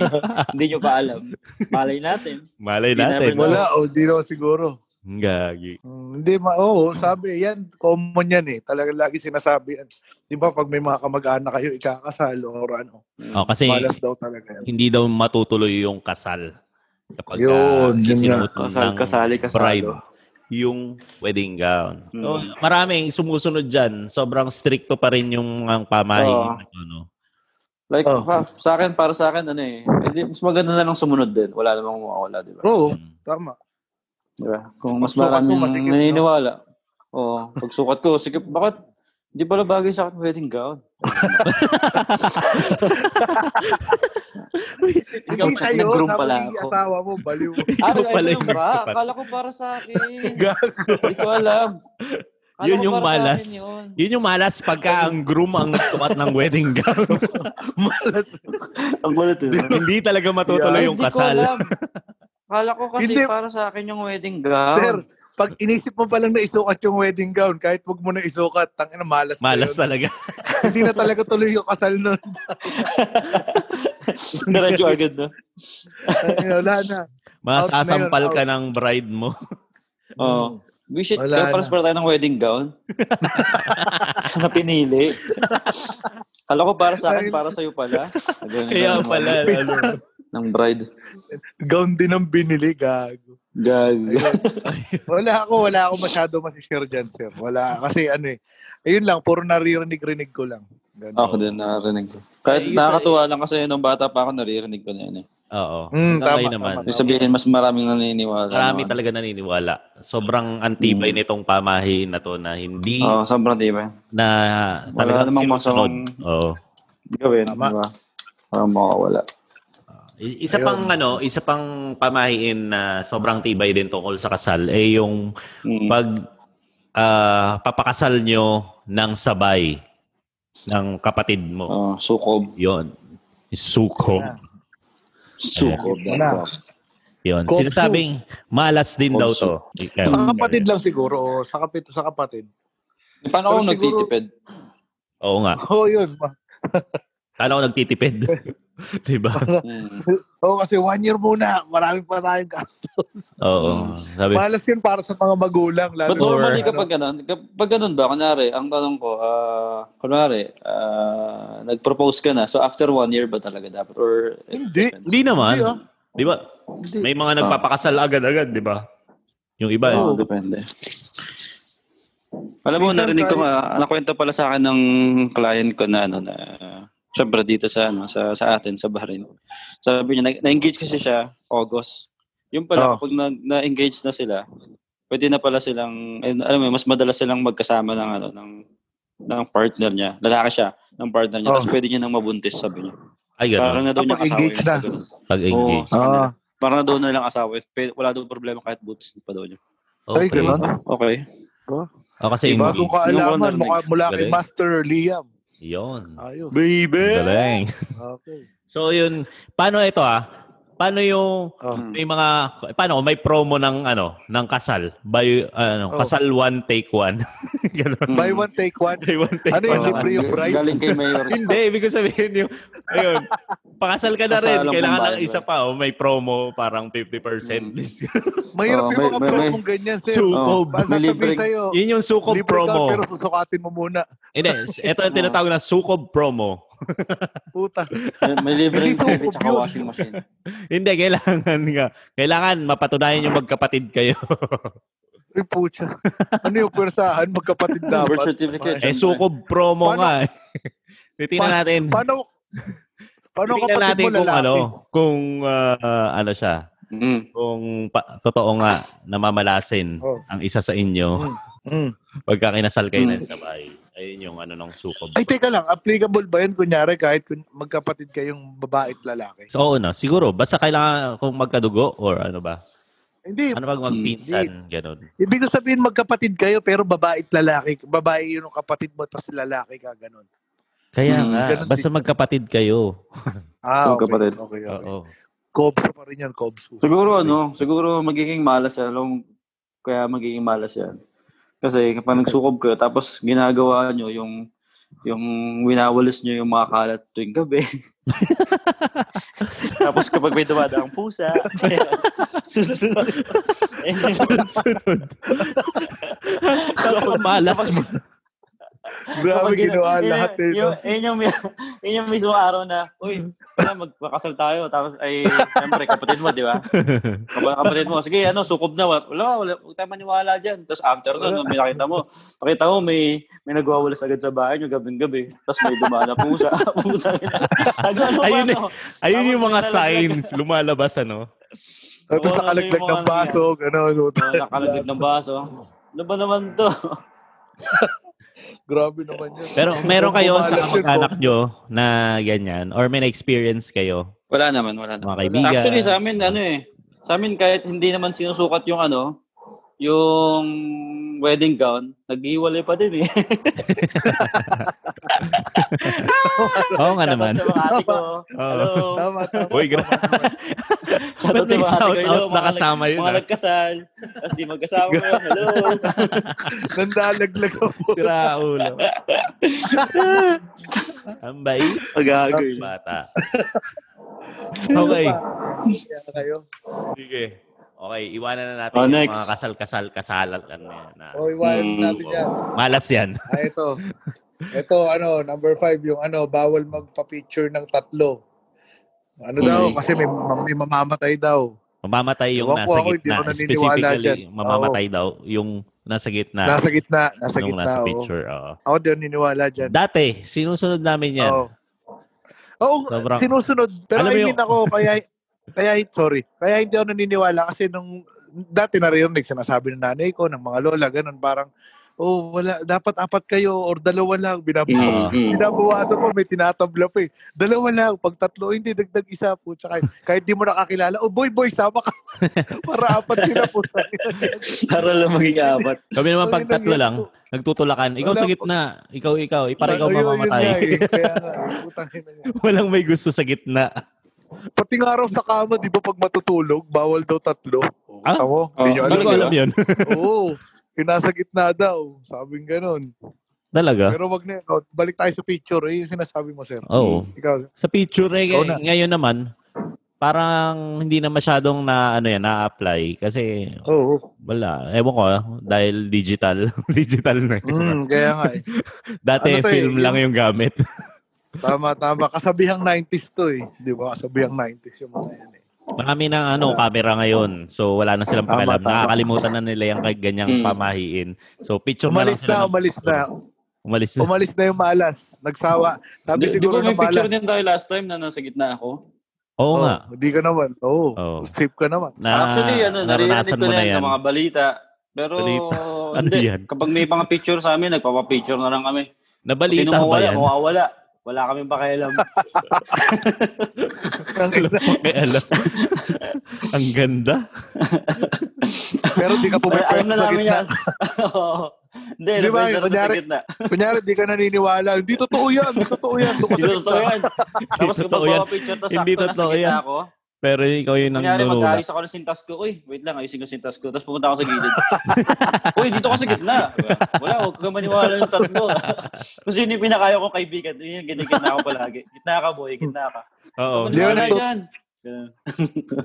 Hindi nyo pa alam. Malay natin.
Malay
You never
natin.
know.
Wala, o di naman siguro.
Ang Gagi.
Mm, hindi, ma oo, sabi, yan, common yan eh. Talaga lagi sinasabi yan. Di ba, pag may mga kamag-anak kayo, ikakasal or ano,
Oh, kasi
malas daw talaga yan.
hindi daw matutuloy yung kasal. Kapag
Yun,
ah,
yun
isinuot
Kasal,
ng
kasali, kasalo.
bride yung wedding gown. So,
Hmm.
maraming sumusunod dyan. Sobrang stricto pa rin yung mga pamahing.
Oo.
Ano.
Like,
Oh.
pa- sa akin, para sa akin, ano eh. hindi- Mas maganda na lang sumunod din. Wala namang mawawala, di ba?
Oo,
Hmm.
tama.
Diba? Kung mas
Pagsukat mo,
maraming
masikip, no?
naniniwala. Oo, pagsukat ko, sikip, bakit? Di pala bagay sa akin wedding gown. Ikaw,
Hindi sa'yo,
nag-groom
sabi
pala
ni
ako.
asawa mo, baliw.
Ah,
Ikaw pala
pala
yung
ba?
nagsukat.
Akala ko para sa akin.
Gago.
Hindi ko alam. Akala
Yun
ko
yung
para sa akin
malas.
yun.
Yun yung malas pagka ang groom ang sukat ng wedding gown.
Malas.
Ang gulat eh.
hindi talaga matutuloy
Ay,
yung
hindi ko
kasal.
alam. Akala ko kasi
Hindi.
para sa akin yung wedding gown.
Sir, pag inisip mo palang na isukat yung wedding gown, kahit wag mo na isukat, tangina malas na
Malas
yun.
talaga.
Hindi na talaga tuloy yung kasal nun.
Diretso agad na.
Tangina, Wala na.
Masasampal
Out na yun,
ka ng bride mo.
Hmm.
Oo. We should
Wala
Wala para
na.
tayo ng wedding gown. na pinili. Alam ko para sa akin, para sa'yo pala. Ganun
Kaya
lang,
pala, ano,
Ng bride.
Gown din ang binili, gago.
Gag.
Wala ako, wala ako masyado masishare dyan, sir. Wala, kasi ano eh. Ayun lang, puro naririnig-rinig ko lang. Ganun.
Ako din, nakarinig ko.
Ay,
Kahit
yun
nakakatuwa lang kasi nung bata pa ako, naririnig ko na yun eh.
oo.
Mm,
Hanggang
tama,
ngayon naman.
tama.
Yung sabihin, mas maraming naniniwala.
Marami talaga naniniwala. Sobrang antibay nitong pamahiin na to na hindi
Oo, sobrang di ba?
na talagang
namang
sinusunod.
masamang-
Oo.
Gawin,
Tama.
di ba? Parang makawala.
I- Isa pang ano, isa pang pamahiin na sobrang tibay din tungkol sa kasal eh yung
Hmm.
Mm.
pag ah, papakasal nyo ng sabay ng kapatid
Oh.
mo.
Oo, sukob.
Yon. Suko.
Sukob.
Wala.
Dagdag.
Yon.
Kopsu.
Sinasabing malas din daw to. Ikaw.
Sa kapatid lang siguro, o sa kapit sa kapatid.
Paano
Pero
ako
siguro-
nagtitipid?
Oo nga.
Oo, oh, yun.
Kala ko nagtitipid. diba?
Mm.
Oo, oh, kasi one year muna, marami pa tayong gastos.
Oo. Sabi,
Hmm. Malas yun para sa mga magulang. Lalo
But
na-
normally
ano,
kapag ganun, kapag ganun ba, kunwari, ang tanong ko, ah, kunwari, ah, nag-propose ka na, so after one year ba talaga dapat? Or it
Hindi.
depends?
hindi naman.
Hindi, ah.
Di ba?
Hindi.
Ano May mga nagpapakasal agad-agad, di ba? Yung iba. eh.
Oo, depende. Alam mo,
Minsan
narinig ko
kahit-
nga, nakwento pala sa akin ng client ko na, ano, na, syempre dito sa, ano, sa, sa atin, sa Bahrain. Sabi niya, na- na-engage kasi siya, August. Yung pala,
Oh.
kapag na, na-engage na sila, pwede na pala silang, eh, alam mo, mas madalas silang magkasama ng, ano, ng, ng partner niya. Lalaki siya, ng partner niya.
Oh.
Tapos pwede niya nang mabuntis, sabi niya.
Ay, gano'n.
Parang na daw niya asawa
Kapag-engage
yun.
na.
Oo,
Pag-engage.
sa kanila.
Ah,
Parang na daw na lang asawa. yun. Pe- Wala daw problema kahit buntis pa daw niya.
Ay, ganun.
Okay.
O, Oh, kasi
iba
engage.
kung
Yung
kaalaman,
narinig.
mukha mula kay
Galing.
Master Liam.
Yun.
Ayos.
Ang
Baby!
Galing.
Okay.
So, yun. Paano ito, ah? Paano yung
Oh.
may mga paano kung may promo ng ano ng kasal by ano
Oh.
kasal one take one ganun
Mm.
Buy one, take one.
by one take
Ano yun,
one
Parang
ang
libre yung bride?
Galing kay Mayor.
Hindi, ibig ko sabihin yung, ayun, pakasal ka na rin,
Kasalang
kailangan ng
pambayad.
isa pa, oh, may promo, parang 50%
Mm.
Hmm.
discount.
Mahirap
Oh, may-
yung mga
may- may-
promong ganyan, sir.
Su-
Oo.
Sukob.
Basta
May
sabihin
libreng-
sa'yo,
Yun yung sukob
libre ka, pero
promo.
susukatin mo muna.
Hindi, ito yung tinatawag na sukob promo.
Puta.
May, may libreng
Hindi
TV
sukob
tsaka
yun.
washing machine.
Hindi, kailangan nga. Kailangan mapatunayan yung magkapatid kayo.
Ay, pucha. Ano yung pwersahan? Magkapatid dapat.
Birth certificate.
eh, sukob promo
Paano-
nga eh. Titingnan
Pa-
natin.
Paano, paano
Titingnan
kapatid
natin
mo
kung
lalaki?
ano, kung ah, ano siya,
Mm.
kung pa- totoo nga namamalasin
Oh.
ang isa sa inyo
Mm.
pagka kinasal kayo ng
Mm.
Hmm.
sabay. Ayun yung ano ng sukob.
Ay, teka lang. Applicable ba yun? Kunyari, kahit kun- magkapatid kayong babae at lalaki.
So, oo na. Siguro, basta kailangan kung magkadugo or ano ba?
Hindi.
Ano pag magpinsan, ganun.
Ibig ko sabihin magkapatid kayo pero babae at lalaki. Babae yun ang kapatid mo tapos lalaki ka. Ganun.
Kaya
Mm,
nga,
Hmm, ganun
basta
din.
magkapatid kayo.
Ah,
So, kapatid.
Okay, okay.
Oo.
Kobso pa rin yan, Kobso.
Siguro ano, siguro magiging malas yan. Alam mo, kaya magiging malas yan. Kasi kapag nagsukob ka, tapos ginagawa nyo yung yung winawalis nyo yung mga kalat tuwing gabi. tapos kapag may dumadaang pusa, kaya susunod.
Sunod. Malas mo.
Grabe
Kapag
ginawa
yun-
lahat eh.
Yun,
no?
yun, yung, yun yung mismo araw na, uy, wala, magpakasal tayo. Tapos, ay, siyempre, kapatid mo, di ba? Kapag kapatid mo, sige, ano, sukob na. Wala, wala, wala huwag tayo maniwala dyan. Tapos after nun, may nakita mo, nakita mo, may, may nagwawalas agad sa bahay nyo gabing-gabi. Tapos may dumaan na pusa. Puta ina. Ano, ano,
Ayun
ano?
Ayun yung mga
Tapos
signs lumalabas, ano?
Tapos
Oo, ano
nakalaglag
yung
ng
mga
baso, gano'n.
Oh, Nakalaglag ng baso. Ano ba naman to?
Grabe naman yun.
Pero meron kayo sa
Bumalas yun,
kamag-anak nyo na ganyan? Or may na-experience kayo?
Wala naman, wala
Mga kaibigan.
Actually, sa amin, ano eh, sa amin kahit hindi naman sinusukat yung ano, yung wedding gown, nag-iwalay pa din eh.
Oo nga naman.
Shoutout sa mga ate ko.
Oo.
Hello.
Tama, tama.
Uy, gra- Ba't
Shoutout
may
mga ate ko. Hello,
shout-out
mga nag-
nakasama yun,
Mga
ah?
nagkasal. Tapos di magkasama yun. Hello.
Nandalaglag ako.
Tira ulo. Ang bait
Magagoy.
ng bata.
Ano
Okay.
kayo.
Sige. Okay, iwanan na natin
Oh,
yung
next.
Oh.
mga kasal-kasal kasalan na, na
O, iwanan
Hmm.
natin yan.
malas yan.
Ah, ito. Ito, ano, number five, yung ano, bawal magpa-picture ng tatlo. Ano daw,
Okay.
kasi may, may mamamatay daw.
Mamamatay yung
Ewan ko
nasa
ako, hindi
gitna.
ako naniniwala
Specifically,
dyan. Oh.
mamamatay daw yung nasa gitna.
Nasa gitna, nasa
nung Ah.
gitna.
nasa
oo.
picture. oo.
Ako din niniwala dyan. Oh.
Dati, sinusunod namin yan.
Oo. Oo,
Sobrang-
sinusunod. Pero
Alam
I
mo
mean
yung-
ako, kaya, kaya, sorry, kaya hindi ako naniniwala kasi nung, dati naririnig, sinasabi ng nanay ko, ng mga lola, ganun, parang, oh, wala, dapat apat kayo or dalawa lang,
Mm.
binabawa.
Mm-hmm.
Binabawasan pa, may tinatabla pa eh. Dalawa lang, pag tatlo, hindi, dagdag isa po. Tsaka, kahit di mo nakakilala, oh, boy, boy, sama ka. Para apat sila po.
Para lang maging apat.
Kami naman pag
Ayun lang
tatlo
yun
lang,
po.
nagtutulakan. Ikaw
Wala
sa
po.
gitna. Ikaw, ikaw. Eh, Para ikaw
Ayun, yun nga
mamamatay.
eh. Kaya nga, putang ina niya.
Walang may gusto sa gitna.
Pati nga raw sa kama, di ba pag matutulog, bawal daw tatlo. Oh,
Ah?
tama mo? Hindi nyo
Oh,
Hindi
alam.
ko
yun,
alam yun.
Oo. Yung nasa gitna daw. Sabing ganun.
Talaga?
Pero wag na yun. oh, Balik tayo sa picture. Eh, yung sinasabi mo, sir.
Oo.
Ikaw, sir.
Sa picture eh,
Ikaw na.
ngayon naman, parang hindi na masyadong na ano yan, na-apply kasi
Oo.
wala. Ewan ko ah, dahil digital. digital na. yun.
Mm, kaya nga eh.
Dati
Ano to eh,
film
yung-
lang yung gamit.
Tama, tama. Kasabihang 90s to eh. Di ba? Kasabihang 90s yung mga yan eh.
Marami na ano, camera ngayon. So wala na silang
Tama,
pakialam.
tama. Hmm.
Nakakalimutan na nila yung kay- ganyang
Mm.
pamahiin. So picture na lang
Umalis
sila.
na,
ng
umalis
picture.
na.
Umalis na.
Umalis Oh. na yung malas. Nagsawa. Sabi
Di, di ba
siguro ng
may picture
malas.
din tayo last time na nasa gitna ako?
Oo nga. Oh.
Oh, Hindi ka naman. Oo.
Oo.
Safe ka naman.
Na,
Actually, ano, naririnig
Ah, naranasan
ko
mo
na
na
yan,
yan.
ng mga balita. Pero,
Balita. Ano
hindi.
yan?
Kapag may mga picture sa amin, nagpapapicture na lang kami. Sino
Nabalita ba
mawala,
yan?
mawawala. Wala kami pakialam.
May alam. Ang ganda.
Pero di ka
Wala,
pumipwede
alam na
sa
namin
gitna.
yan. Oo. Hindi,
Di ba,
nagpapicture na sa
kunyari-
gitna.
Kunyari, di ka naniniwala. Hindi totoo yan. Hindi totoo yan. Doon ka sa
Hindi totoo
gitna.
yan. Tapos
Hindi
kapag
totoo yan.
picture to,
Hindi
sakto na sa
totoo yan.
gitna ako.
Pero ikaw yung
Kunyari,
nanglulula.
mag-aayos ako ng sintas ko. Uy, wait lang, ayusin ko yung sintas ko. Tapos pumunta ako sa gilid. Uy, dito ka sa gitna. Wala, huwag kang maniwala ng tatlo. Kasi yun yung pinakayo kong kaibigan. Yun yung ginigitna ko palagi. Gitna ka, boy. Gitna ka.
Oo.
Maniwala
Hindi yun,
ka
eh.
dyan. Ganun.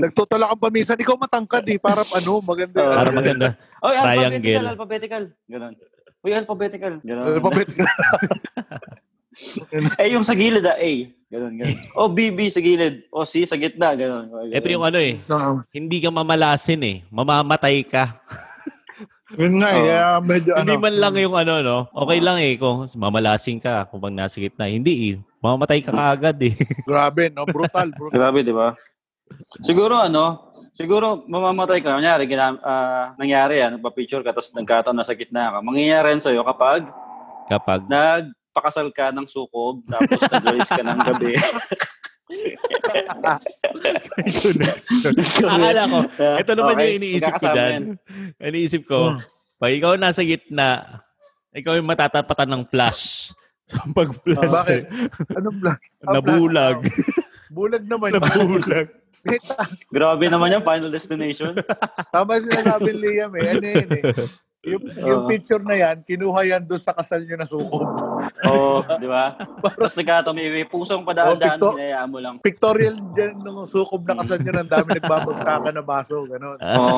Nagtutulak ang pamisan. Ikaw matangkad eh. Para ano, maganda.
Oo.
Para maganda.
Uy, alphabetical,
Triangle.
alphabetical. Ganun. Uy, alphabetical. Ganun.
Alphabet.
Eh, yung sa gilid, ah, A. Ganun, ganun. O, B, B sa gilid. O, C sa gitna. Ganun. Ganun.
Ito yung ano eh. Hindi ka mamalasin eh. Mamamatay ka.
Yun nga, eh,
Oo.
kaya medyo ano.
Hindi man lang yung ano, no? Okay lang eh kung mamalasin ka kung pag nasa gitna. Hindi eh. Mamamatay ka kaagad eh.
Grabe, no? Brutal, brutal.
Grabe, di ba? Siguro ano, siguro mamamatay ka. Nangyari, gina, ah, nangyari yan, nagpa-picture ka, tapos nagkataon na sa gitna ka. Mangyayari yan sa'yo kapag
Kapag
nagpakasal ka ng sukob, tapos nag-release ka ng gabi.
Akala ko, ito naman
Okay,
yung iniisip ko
magkakasama
dyan.
yan.
Ang Iniisip ko, pag ikaw nasa gitna, ikaw yung matatapatan ng flash. pag flash,
Oh,
bakit? Anong blag? Ah,
nabulag.
blag. Bulag naman.
nabulag.
Grabe naman yung final destination.
Tama sinasabi ni Liam eh. Ano yun eh. Yung, yung
Oo.
picture na yan, kinuha yan doon sa kasal nyo na sukob.
Oo, di ba? Tapos nagkataon, may, may pusong padaan-daan,
Oh, picto-
hinayaan mo lang.
Pictorial dyan nung sukob na kasal nyo, ang dami nagbabagsakan na baso, gano'n.
Oo.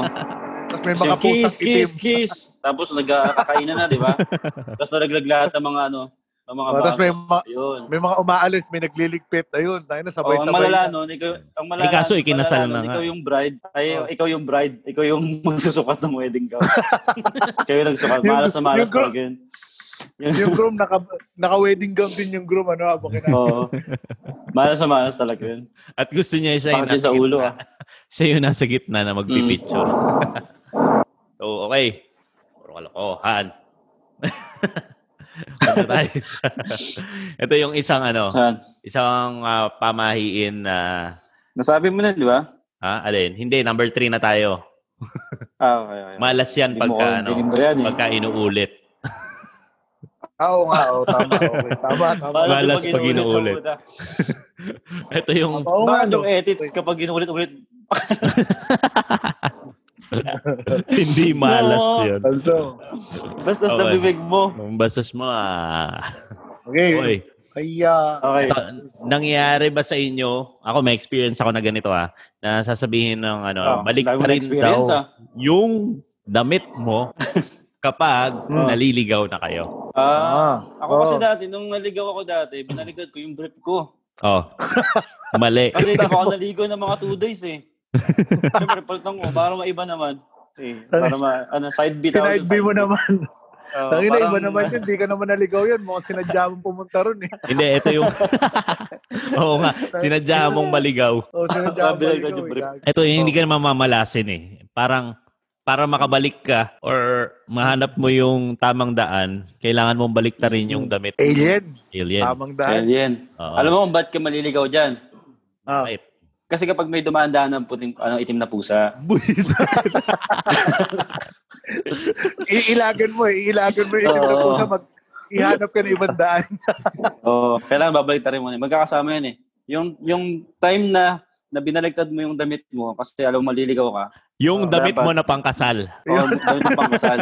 Tapos may
So,
mga
kiss,
putang itim.
kiss, kiss. Tapos nagkakainan na, di ba? Tapos nalaglag lahat ng mga ano, ng mga
Oh, Tapos
bago.
may, ma-
Yun.
may mga umaalis, may nagliligpit. Ayun, tayo
Oh,
na
ang
sabay-sabay.
malala nun, ikaw, ang malala,
Eh, kaso ikinasal
malala
na
nun,
nga.
Ikaw yung bride, ay,
Oh.
ikaw yung bride, ikaw yung magsusukat ng wedding gown. Kayo yung nagsukat,
Yung-
malas na malas
yung gro-
talaga yun.
yung groom, naka, naka-wedding gown din yung groom, ano, habang kina-
Oo. Malas na malas talaga yun.
At gusto niya siya yung
Sakit yun
nasa
sa ulo
gitna.
ah.
siya yung nasa gitna na magpipicture.
Hmm.
so, okay. Puro kalokohan. Punta tayo sa... Ito yung isang ano,
Saan?
isang ah, pamahiin na...
Nasabi mo na, di ba?
ha? Alin? Hindi, number three na tayo.
Ah, okay, okay.
Malas yan
Hindi mo ko
pagka, ano,
dinimbre yan eh.
pagka inuulit.
Ah, Oo nga, oo, tama, okay. Tama, tama.
Malas
yung
pag inuulit.
ang puta.
Ito yung...
Oo nga,
Bakit
no.
yung edits kapag inuulit-ulit?
Hindi malas
No.
yun.
Also,
Basta
Okay.
na bibig mo.
Ang Basas mo ah.
okay.
Oy,
Kaya,
Okay.
ito, ano, nangyari ba sa inyo, ako may experience ako na ganito ah, na sasabihin ng ano,
Oh,
balik
dami
pa
mo na
rin
ah. experience,
daw
ah.
yung damit mo kapag
Hmm.
naliligaw na kayo.
Ah, ako
oo.
kasi dati, nung naligaw ako dati, binaligtad ko yung brief ko.
Oh. Mali.
Kasi hindi pa ako naligo ng mga two days eh. Siyempre, palitan ko, para maiba naman. Eh, para ma, ano, side beat ako.
Sinide mo naman.
Oo,
Tangin na,
Ah,
iba
parang-
naman yun. Di ka naman naligaw yun. Mukhang sinadya mong pumunta ron eh.
Hindi, ito yung... Oo nga, sinadya mong maligaw.
O sinadya mong
Sabi lang,
maligaw.
Jubri.
eh.
Ito, yung hindi ka naman mamalasin eh. Parang, para makabalik ka or mahanap mo yung tamang daan, kailangan mong baliktarin yung damit.
Mm-hmm. Alien.
Alien.
Tamang dahil.
Alien.
Oo.
Alam mo kung ba't ka maliligaw dyan?
Ah.
Right.
Kasi kapag may dumadaan ng puting, ano, itim na pusa.
Buhis.
Iilagan mo eh. Iilagan mo yung
Oo.
itim na pusa. Mag, ihanap ka ng ibang daan.
Oo, kailangan babalik tayo mo. na yun. Magkakasama yun eh. Yung, yung time na, na binaligtad mo yung damit mo kasi alam mo maliligaw ka.
yung
Oo,
damit
dapat.
mo na pangkasal.
Oo, damit ng pangkasal.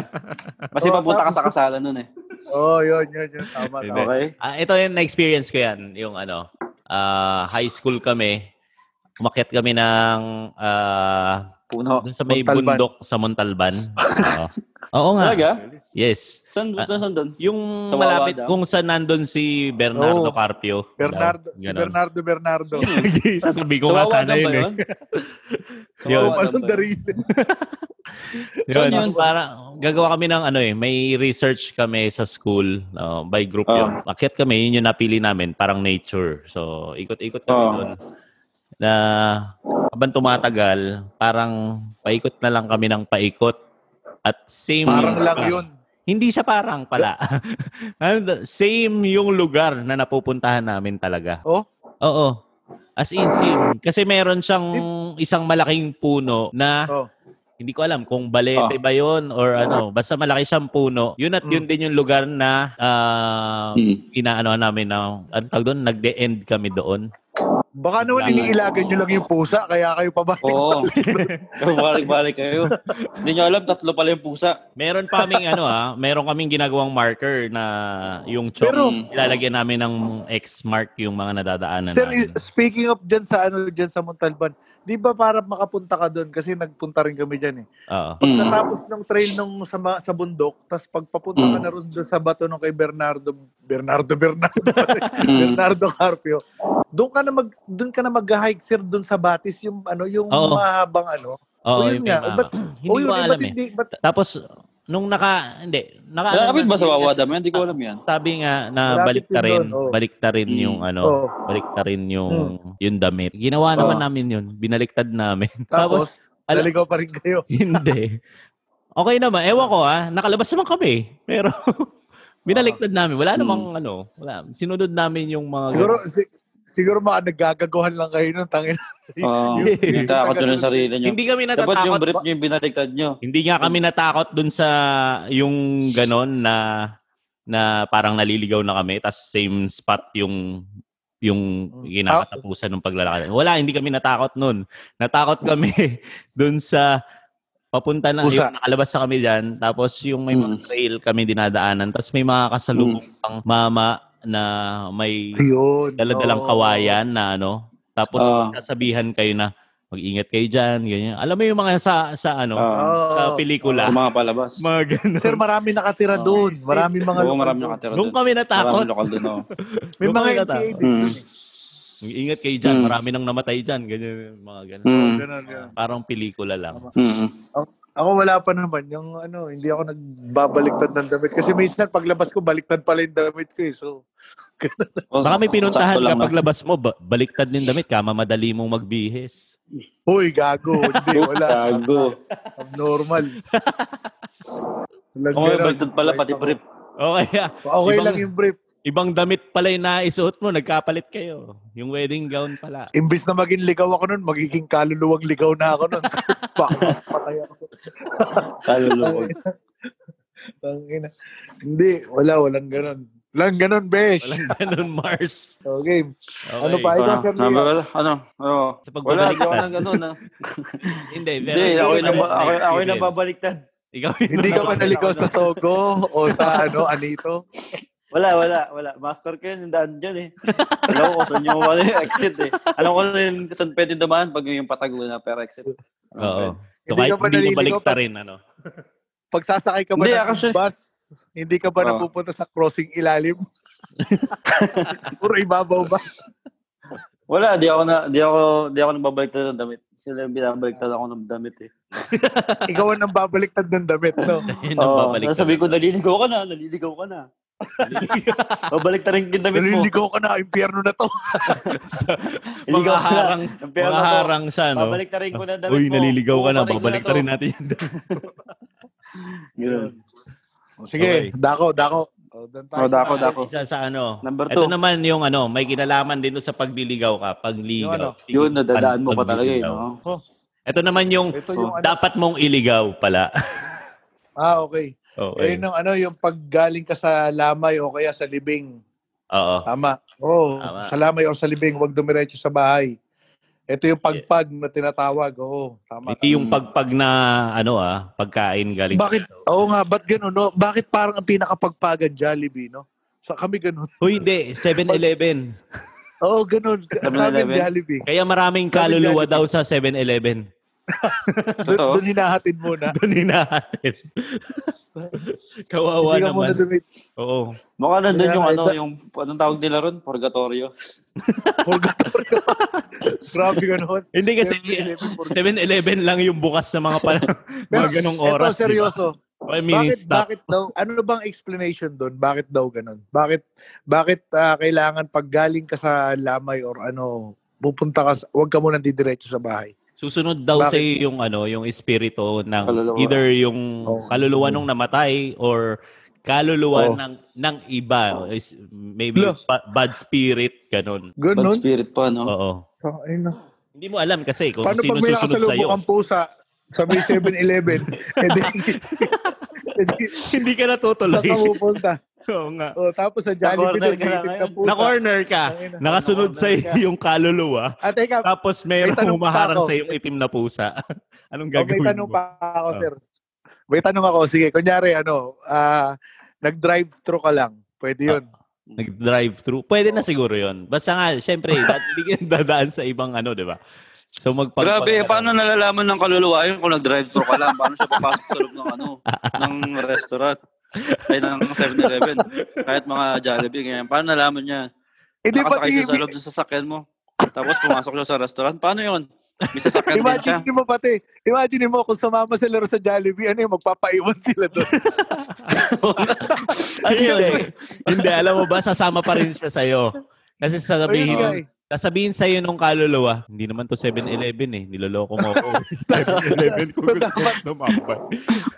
Kasi
Oo,
papunta ka
tama.
sa kasalan nun eh.
Oo, oh, yun, yun, yun. Tama, tama.
Okay?
Ah, ito yung na-experience ko yan. Yung ano, ah, high school kami. Umakyat kami ng ah,
Puno.
dun sa may
Montalban.
bundok sa Montalban. Oo. Oo nga.
Talaga?
Yes.
San, saan, saan doon?
Yung
Sa Wawa
malapit
daw?
kung saan nandun si Bernardo
Oo.
Carpio.
Bernardo,
Daw,
si
ganun.
Bernardo Bernardo.
Sasabihin ko nga sana yun eh. Yun.
Kawawa
Walang
daw ba
darili.
Yun,
Saan yun?
para gagawa kami ng ano eh, may research kami sa school no, by group
Ah.
yun. Akyat kami, yun yung napili namin, parang nature. So, ikot-ikot kami
Ah.
doon. Na habang tumatagal, parang paikot na lang kami ng paikot. At same
Parang lang yun.
Hindi siya parang pala. Ano, same yung lugar na napupuntahan namin talaga.
Oh?
Oo. As in, same. Kasi meron siyang isang malaking puno na
Oh.
hindi ko alam kung balete ba yon or ano. Basta malaki siyang puno. Yun at
Mm.
yun din yung lugar na ah,
Hmm.
inaano namin na, ano tawag doon, nagde-end kami doon.
Baka
Wala.
naman iniilagan nyo lang yung pusa, kaya kayo pabalik.
Oo. Balik-balik kayo. Hindi nyo alam, tatlo pala yung pusa.
Meron pa kaming ano ah, meron kaming ginagawang marker na yung chong
Pero-
Hmm.
ilalagyan namin ng X mark yung mga nadadaanan
Sir,
namin.
is- speaking of dyan sa ano dyan sa Montalban, di ba para makapunta ka doon kasi nagpunta rin kami dyan eh.
Oo.
Mm. Hmm.
Pagkatapos ng trail nung sa, ma- sa bundok, tapos pagpapunta ka
Mm.
na rin doon sa bato nung kay Bernardo, Bernardo, Bernardo,
Mm.
Bernardo Carpio, doon ka na mag doon ka na mag-hike sir doon sa Batis yung ano yung
Oo.
mahabang ano.
Oo,
O, yun
yun
nga.
nga.
O, ba't-
hindi
yun,
ko
eh, ba't
alam eh.
hindi- ba't-
Tapos, nung naka, hindi. Naka,
Malapit ba sa
yun,
Wawa
yes,
Dam? Hindi ko alam yan.
Sabi nga na
Malapit
balik
yun
rin,
doon, oh. oo.
balik ta rin
Mm.
yung ano,
Oo.
balik ta rin yung, yung damit. Ginawa naman
Oo.
namin yun. Binaliktad namin.
tapos,
Ah. Tapos, ala-
naligaw pa rin kayo.
hindi. Okay naman. Ewan ko ah. Nakalabas naman kami. Pero, binaliktad namin. Wala namang ano. Wala. Sinunod namin yung mga...
Siguro, si, siguro mga naggagaguhan lang kayo nung tangin.
Oo. Ah, Yung takot nyo ng sarili nyo.
Hindi kami
Dapat yung
natatakot.
brief nyo yung binaligtad nyo.
Hindi nga kami natakot dun sa yung ganon na na parang naliligaw na kami tas same spot yung yung
Hmm.
ginakatapusan ng paglalakad. Wala, hindi kami natakot nun. Natakot kami dun sa papunta na,
Pusa. Hmm.
yung nakalabas na kami dyan, tapos yung may mga trail kami dinadaanan, tapos may mga kasalubong pang mama na may
Yun.
daladalang
oo.
kawayan na ano. Tapos
Ah.
sasabihan kayo na mag-ingat kayo diyan, ganyan. Alam mo yung mga sa sa ano,
Ah.
sa
Oo.
pelikula.
Yung mga palabas.
mga ganun.
Sir, marami nakatira
Oo.
doon. Marami mga
Oo,
lokal
marami
doon.
nakatira
Nung
doon.
kami
Marami
natakot,
lokal doon, oo.
May
Nung
mga
kami
NPA
natakot.
din.
Mm.
mag-ingat kayo diyan,
Mm.
marami nang namatay diyan, ganyan mga ganun.
Mm.
Ganun, ganun.
Parang pelikula lang.
Mm.
Ako wala pa naman. Yung ano, hindi ako nagbabaliktad ng damit. Kasi minsan paglabas ko, baliktad pala yung damit ko eh. So,
Oh,
Baka may pinuntahan ka
sakto lang na.
paglabas mo, ba- baliktad din damit ka, mamadali mong magbihis.
huy, gago. Hindi, wala.
Gago.
Abnormal. Walang
Kung may
ganun.
baliktad pala, pati brief.
O kaya,
Okay
Ibang-
lang yung brief.
ibang damit pala yung naisuot mo, nagkapalit kayo. Yung wedding gown pala.
Imbis na maging ligaw ako nun, magiging kaluluwang ligaw na ako nun. Baka patay ako.
Kaluluwag.
Tangina. Hindi, wala, walang ganun. Walang ganun, besh.
Walang ganun, Mars.
Okay.
Okay.
Ano pa? Ay,
Ano?
Sir Leo.
Ano? Wala? Ano? Oo.
Sa
Wala,
pagbabaliktad.
hindi ako nang ganun. ah.
Hindi,
Hindi,
pero-
ako yung naba- ako ako yung
experience.
nababaliktad.
Ikaw yung
Hindi ka
naba-
ba naligaw sa Sogo o sa ano, Anito?
Wala, wala, wala. Master ko yun, yung daan dyan eh. Alam ko kung saan yung wala yung exit eh. Alam ko na yun, kung saan pwede dumaan pag yung patago na pero exit. Alam ko
Oo.
yun.
So kahit
Hindi ka ba
hindi mo
naliligaw
balikta
pag-
rin, ano?
Pagsasakay ka ba
Hindi,
ng
actually-
bus, Hindi ka ba
Oo.
napupunta sa crossing ilalim? Puro ibabaw ba?
Wala, di ako na di ako di ako nagbabaliktad ng damit. Sila yung binabaliktad ako ng damit eh.
Ikaw ang babaliktad ng damit, no?
Yun ang babalik.
tapos sabi ko, naliligaw ka na, naliligaw ka na. Babaliktad rin yung damit mo.
Naliligaw ka na, impyerno na to.
mga
Naliligaw ka na.
harang,
Ang pera
mga
mo,
harang siya, no?
Babaliktad rin ko na
Ano?
damit
Uy,
mo.
naliligaw ka na.
Puparin ko
Babalik
to.
rin natin yan.
Yun.
Sige,
Okay.
dako, dako. O, doon tayo
Oh,
sa-
dako, dako.
Isa sa ano.
Number
Ito
two.
naman yung ano, may kinalaman din doon sa pagliligaw ka. Pagligaw.
Yung ano?
Yun, nadadaan mo pa
Pagliligaw.
talaga eh. No?
Oh. Ito naman yung
Ito yung ano.
dapat mong iligaw pala. eh.
Ah, okay.
Okay.
Ayun ang ano, yung paggaling ka sa lamay o kaya sa libing.
Oo.
Tama. Oo,
Tama.
sa lamay o sa libing, huwag dumiretso sa bahay. Ito yung pagpag na tinatawag. Oo, tama.
Hindi yung pagpag na ano ah, pagkain galing sa-
Bakit? Oo nga, ba't ganun, no? Bakit parang ang pinakapagpagan Jollibee, no? Sa kami ganun.
Uy, hindi. 7-Eleven.
Oo, ganun. Sa amin
7-Eleven?
Jollibee.
Kaya maraming kaluluwa daw sa 7-Eleven.
Totoo.
Doon hinahatid muna.
Doon hinahanap. Kawawa
Hindi ka muna
naman.
dumit.
Oo.
Mukha nandun
Kaya
yung
nga,
ano,
ito-
yung anong tawag nila ron? Purgatorio.
Purgatory ka. Grabe ganun.
Hindi kasi
7-Eleven purgatory.
7-Eleven lang yung bukas sa mga pala mga ganong oras.
Ito, seryoso.
Diba? Five
Bakit,
minutes stop.
bakit daw, ano bang explanation doon? Bakit daw ganun? Bakit, bakit ah, kailangan pag galing ka sa lamay or ano, pupunta ka, sa- huwag ka muna didiretso sa bahay.
Susunod daw
Bakit?
sa yung ano, yung espiritu ng
Kaluluwa.
either yung
Oo.
kaluluwa nung namatay or kaluluwa
Oo.
ng ng
Oh.
iba Is- maybe
Lo.
ba- bad spirit ganun.
Bad
Ganun?
spirit pa, no?
Oo.
Oh, ayun na.
Hindi mo alam kasi kung
Paano
sino
pag may
susunod sa
nakasalubok ang pusa sa may 7-Eleven, edi, edi,
Hindi ka
saan
natutuloy.
ka pupunta?
Oo nga.
O, tapos sa Jollibee
Na-corner
din,
ka na
native na
ngayon.
pusa.
Na corner ka.
Tangina.
Nakasunod sa
Na-corner ka.
yung kaluluwa.
At Ah, teka,
Ah,
Tapos merong
tanong pa
humaharang
ako.
sa yung itim na pusa. Anong
Oh, may
gagawin
tanong
mo?
pa ako,
Ah.
sir. May tanong ako. Sige, kunyari, ano, ah, nag-drive-thru ka lang. Pwede yun.
Ah.
Nag-drive-through. Pwede na siguro yun. Basta nga, syempre, dapat hindi ka dadaan sa ibang ano, di ba? So magpag
Grabe,
pag-
paano nalalaman ng kaluluwa yun kung nag-drive-thru ka lang? Paano siya papasok sa loob ng ano, ng restaurant? Ay, ng 7-Eleven. Kahit mga Jollibee, ganyan. Paano nalaman niya?
Hindi eh, di
Nakasakay
pati,
siya sa loob ng sasakyan mo. Tapos pumasok siya sa restaurant. Paano yun? May sasakyan din siya.
imagine mo pati, imagine mo kung sumama sila ro sa Jollibee, ano yung magpapaiwan sila doon.
Ano
Hindi.
yun?
hindi, alam mo ba, sasama pa rin siya sa'yo. Kasi
Ayun nga
sasabihin,
eh.
sasabihin sa'yo nung kaluluwa, hindi naman to 7-Eleven eh, niloloko mo ako. 7-Eleven ko
So,
gusto tumambay.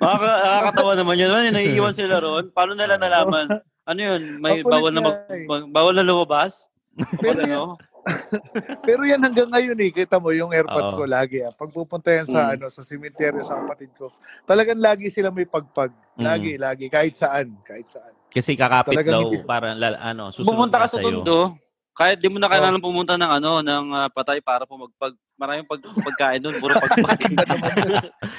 Nakaka- Nakakatawa naman yun. Ano, naiiwan sila roon. Paano nila nalaman? Ano yun? May
Ang kulit
bawal na mag,
niya eh.
mag- bawal na lumabas?
Pero yan,
Ano?
pero yan hanggang ngayon eh, kita mo yung airpods
Oo.
ko lagi. Ah. Pag pupunta yan
Mm.
sa, ano, sa cemetery sa kapatid ko, talagang lagi sila may pagpag. Lagi, lagi. Kahit saan, kahit saan.
Kasi kakapit
Talagang
daw,
hindi-
para lal- ano, susunod
Pumunta ka
na
sa
sa'yo.
tondo. Kahit di mo
Oh.
na kailangan pumunta ng ano, ng ah, patay para po magpag maraming pag, pagkain doon, puro pagpag.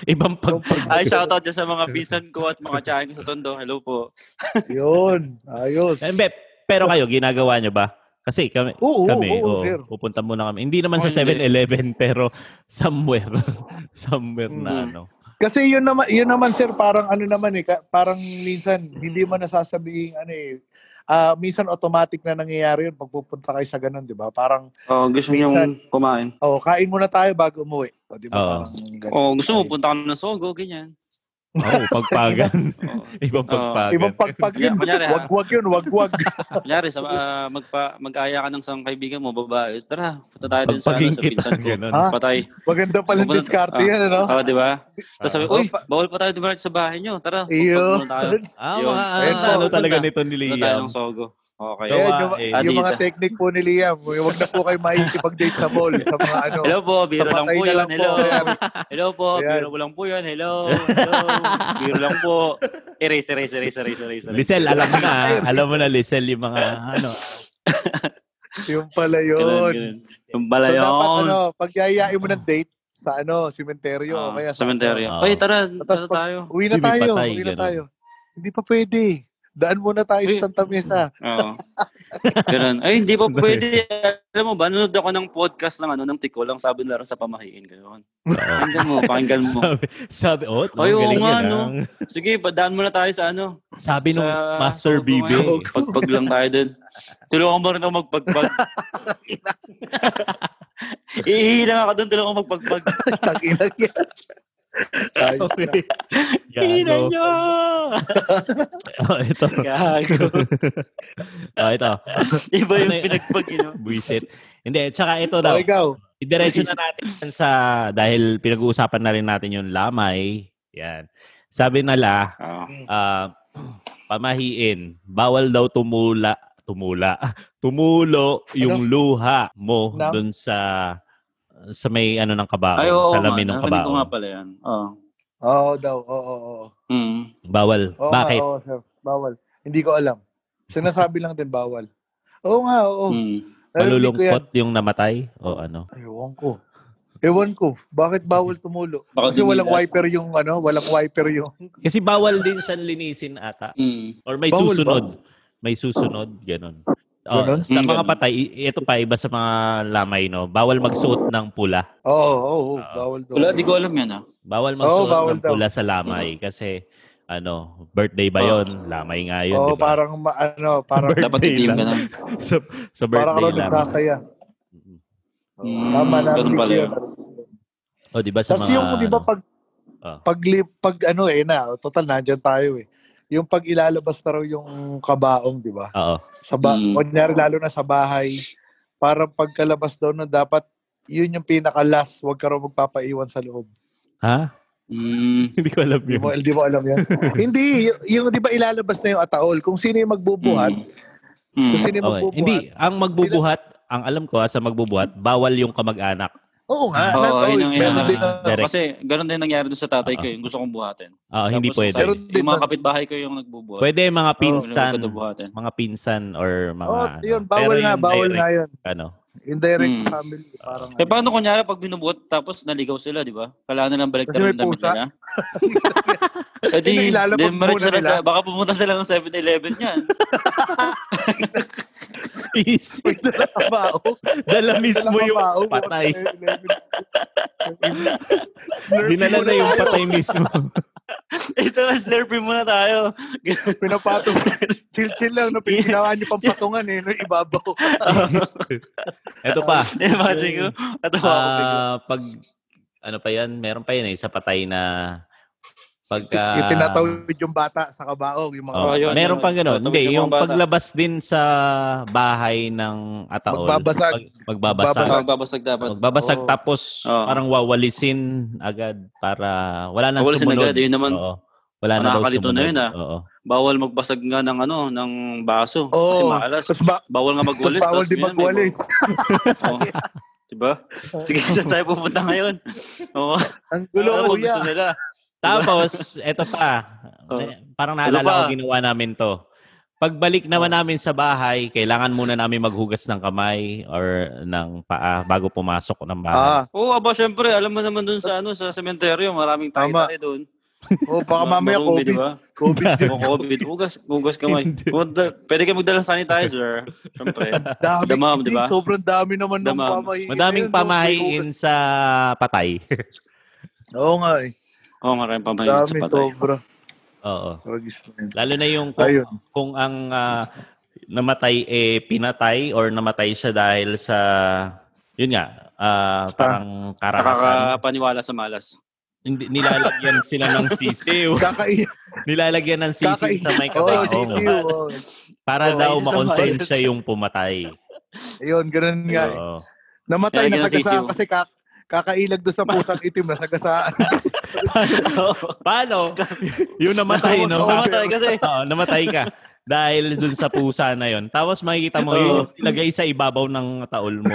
Ibang pag...
Ay, shoutout dyan sa mga pinsan ko at mga tiyahin ko sa tondo. Hello po.
Yun, ayos.
Eh, Bep, pero kayo, ginagawa nyo ba? Kasi kami,
Oo, oo,
kami,
oo,
oo,
sir.
pupunta muna kami. Hindi naman
Oh,
sa
hindi.
7-Eleven, pero somewhere. somewhere na
Mhm.
ano.
Kasi yun naman, yun naman sir, parang ano naman eh, ka- parang minsan hindi mo nasasabihin ano eh, ah, minsan automatic na nangyayari yun pag pupunta kayo sa ganun, di ba? Parang,
Oh, gusto niyong kumain.
oh, kain muna tayo bago umuwi. O, di
Oo.
ba? Parang ganun.
Oh, gusto mo punta ka ng Sogo, ganyan.
Oo, pagpagan.
Oh.
Ibang
Oo.
pagpagan.
Ibang pagpag
Yeah,
yun,
kunyari, ha?
wag wag yun, wag wag.
Kunyari, sa, ah, magpa, mag-aya ka ng isang kaibigan mo, babae. Tara, punta tayo dun sa, ano, sa
Pagpagingkit.
pinsan ko.
Ganun.
Ha?
Patay.
Maganda pala
Pupunta-
diskarte
ah.
yan, ano?
Oo, di ba? Tapos sabi,
Ah.
uy, bawal pa tayo dumiretso sa bahay niyo. Tara,
Iyo.
punta tayo.
Ah,
Yun.
mga
Ayun po,
ano
pupunta.
talaga nito ni
Punta tayo
Liam.
ng Sogo. Okay.
Gawa,
Ayan, yung,
eh.
yung mga
Adita.
technique po ni Liam, yung wag na po kayo maikipag-date sa mall, sa mga ano.
Hello po, biro lang
Napatay
po
na
yan.
lang po.
Hello.
Ayan.
Hello po,
Ayan.
biro ko lang po yan. Hello. Hello. Biro lang po. Erase, erase, erase, erase, erase. erase.
Lisel, alam mo na. ah. alam mo na, Lisel, yung mga ano.
Yung pala
Ganun,
yun.
ganun. Yung
So,
bala
dapat
yun.
ano, pagyayain mo ng date sa ano, cementerio
Ah,
o kaya sa
cementerio.
Ah.
Oy, tara,
Tapos
tara
pag-
tayo.
Uwi na
Hindi, may
tayo,
patay,
uwi na
ganun.
tayo. Hindi pa pwede. Daan muna tayo sa Santa Mesa.
Oo. Ganun. Ay, hindi pa pwede. Alam mo ba, nanonood ako ng podcast ng ano, ng Tiko lang sabi nila rin sa pamahiin. Ganun. Pakinggan mo, pakinggan mo.
sabi, sabi, oh,
Ay, oo
galing
nga,
yan.
no?
ah.
Sige, padaan muna tayo sa ano.
Sabi nung
Sa
Master
Sogo
BB.
ngayon. Pagpag lang tayo dun. Tulungan mo rin ako magpagpag. Ihihilang ako dun, tulungan ako magpagpag.
Takilag yan. Ay,
Yan, no?
nyo!
Oh, ito.
Gago.
Oh, ito.
Iba yung
Ano yun?
pinagpag, eh, you know?
Buisit. Hindi, tsaka ito
oh,
daw.
ikaw.
Idiretso na natin yan sa, dahil pinag-uusapan na rin natin yung lamay. Yan. Sabi nala,
Ah.
ah, pamahiin, bawal daw tumula, tumula, tumulo
Ano?
yung luha mo
Nam?
dun sa sa may ano ng kabao,
Ay, oo.
sa lamin ng
kabao.
kabao.
ko nga pala yan. Ah, Oo.
Oo oh, daw. Oo, oo, oo.
Mm.
Bawal.
Oo nga,
Bakit?
oo, sir. Bawal. Hindi ko alam. Sinasabi lang din bawal. Oo nga, oo.
Mm.
Narinig ko yan.
Malulungkot yung namatay o ano?
Ewan ko. Ewan ko. Bakit bawal tumulo?
Baka
Kasi
dinila.
walang wiper yung ano, walang wiper yung...
Kasi bawal din siyang linisin ata
Mm.
or may
Bawal ba?
susunod. May susunod ganun. Oh,
Ganun?
sa
Mm,
mga
ganun.
patay, i- ito pa iba sa mga lamay no. Bawal magsuot ng pula.
Oo, oh, oo, oo,
Oo.
bawal daw.
Ah. Wala, di ko alam yan ah.
Bawal
Oo,
magsuot
bawal
ng
daw. Mm.
pula sa lamay kasi ano, birthday ba yon? Lamay nga yun,
Ah.
di
Oo,
ba?
parang ma- ano, parang
Birthday
Dapat itim
lang.
ka na.
sa, sa
parang
birthday
ano
lang.
nagsasaya.
Mm,
Tama na.
ganun pala yun.
O, di ba sa
Tapos
mga...
yung, di ba,
ano,
pag,
Ah.
pag, li- pag ano eh, na, total, nandyan tayo eh. Yung pag ilalabas na raw yung kabaong, di ba?
Oo.
Sa ba-
Mm.
kunyari, lalo na sa bahay, parang pagkalabas daw nun, dapat yun yung pinaka-last, huwag ka raw magpapaiwan sa loob.
Ha?
Mm.
Hindi ko alam
Di
yun.
mo, di mo alam yan? Hindi, yung, yung di ba ilalabas na yung ataol, kung sino yung magbubuhat,
Mm. Mm.
kung sino
Mm-hmm.
yung
Okay.
magbubuhat,
Hindi, ang magbubuhat, ang alam ko ah, sa magbubuhat, bawal yung kamag-anak.
oo
Oo,
nga, na,
yun
oh,
ang
meron
ina-
din na,
Direct.
Kasi ganun din nangyari doon sa tatay ko yung gusto kong buhatin.
Ah, hindi
Tapos,
pwede.
sabi-
Meron din
Yung mga
na-
kapitbahay ko yung nagbubuhat.
Pwede mga pinsan,
Yung nagbubuhatin.
mga pinsan or mga...
oh,
ano.
yun, bawal
Pero
nga,
yung
bawal
direct,
nga yun.
Ano?
Indirect
Mm.
family, parang ano.
Eh paano kunyari pag binubuhat tapos naligaw sila, di ba? Kailangan nilang balik
Kasi may
ng damit
pusa.
nila. Eh di,
Inilalabag
di marit
muna
sila
nila.
sa, baka pumunta sila ng 7-Eleven yan.
Please.
May dala ka ba? Oh,
Dala mismo
dala ka
yung
ba? Oh,
patay.
Slurpee
Dinala
muna
na yung
tayo.
patay mismo.
Ito na, slurpee muna tayo.
Pinapato. Chill-chill lang. No? Ginawa niyo pang patungan eh. No? Ibabaw.
Ito pa.
Imagine ko. At ako bigla.
Ah, pag ano pa 'yan? Meron pa 'yan eh sa patay na pagka
Itinatawid yung bata sa kabaong. Yung mga
Oh,
Oh, yun,
meron
yun.
pang ganun.
Tatawid
Hindi,
yung
yung
mga bata.
paglabas din sa bahay ng ataol.
Magbabasag.
magbabasag.
Baka
Magbabasag,
babasag dapat. Oh.
Oo.
tapos
Oo.
parang wawalisin agad para wala nang
Wawalisin
sumunod.
agad, yun naman.
Oo. Wala na daw
Nakakalito
sumunod.
na yun, ah.
Oo.
Bawal magbasag nga ng ano, ng baso. Kasi
Oo.
maalas.
Tapos ba-
Bawal nga
tapos
magwalis.
bawal
tapos
din
yun, may
magwalis.
Oo. diba? Sige, saan tayo pupunta ngayon? Oo.
Ang gulo
Alam mo,
kuya.
gusto nila.
Diba? Tapos, eto pa.
Oh.
Eh, Parang
Ano
pa?
naalala ko ginawa namin to. Pagbalik naman
Oh.
namin sa bahay, kailangan muna namin maghugas ng kamay or ng paa bago pumasok ng bahay.
Ah,
Oo, aba, syempre, alam mo naman dun sa ano, sa sementeryo, maraming
Tama.
tayo-tayo dun.
oh, baka mamaya
Marumi,
COVID.
diba?
COVID din.
O COVID, hugas, hugas kamay. Punta, pwede ka magdala ng sanitizer. Syempre.
Dami,
Damam,
hindi,
diba?
Sobrang dami naman ng
Damam.
pamahiin.
Madaming
Ayun, no? May
pamahiin
hugas.
sa patay.
Oo nga eh.
Oo, maraming pamahiin sa
Dami,
patay.
sobra.
Oo.
Ragis na yun.
Lalo na yung kung,
Ayun.
kung ang ah, namatay eh pinatay or namatay siya dahil sa yun nga, ah, parang karakasan.
Nakakapaniwala sa malas.
Hindi, nilalagyan sila ng sisiw.
Kakaiyak.
Nilalagyan ng sisiw sa may
Oo,
kabaong.
Oh, sisiw. oo.
Para
Oo,
daw
isa sa
makonsensya
virus.
yung pumatay.
Ayun, ganun nga eh.
Oo.
Namatay
Nilagyan
na
ng
sagasaan
sisiw.
kasi kak kakailag doon sa pusang itim na sagasaan.
Paano? yung namatay, no?
Oo,
Namatay kasi.
Oo, namatay ka. Dahil dun sa pusa na yon. Tapos makikita mo yung ilagay sa ibabaw ng taol mo.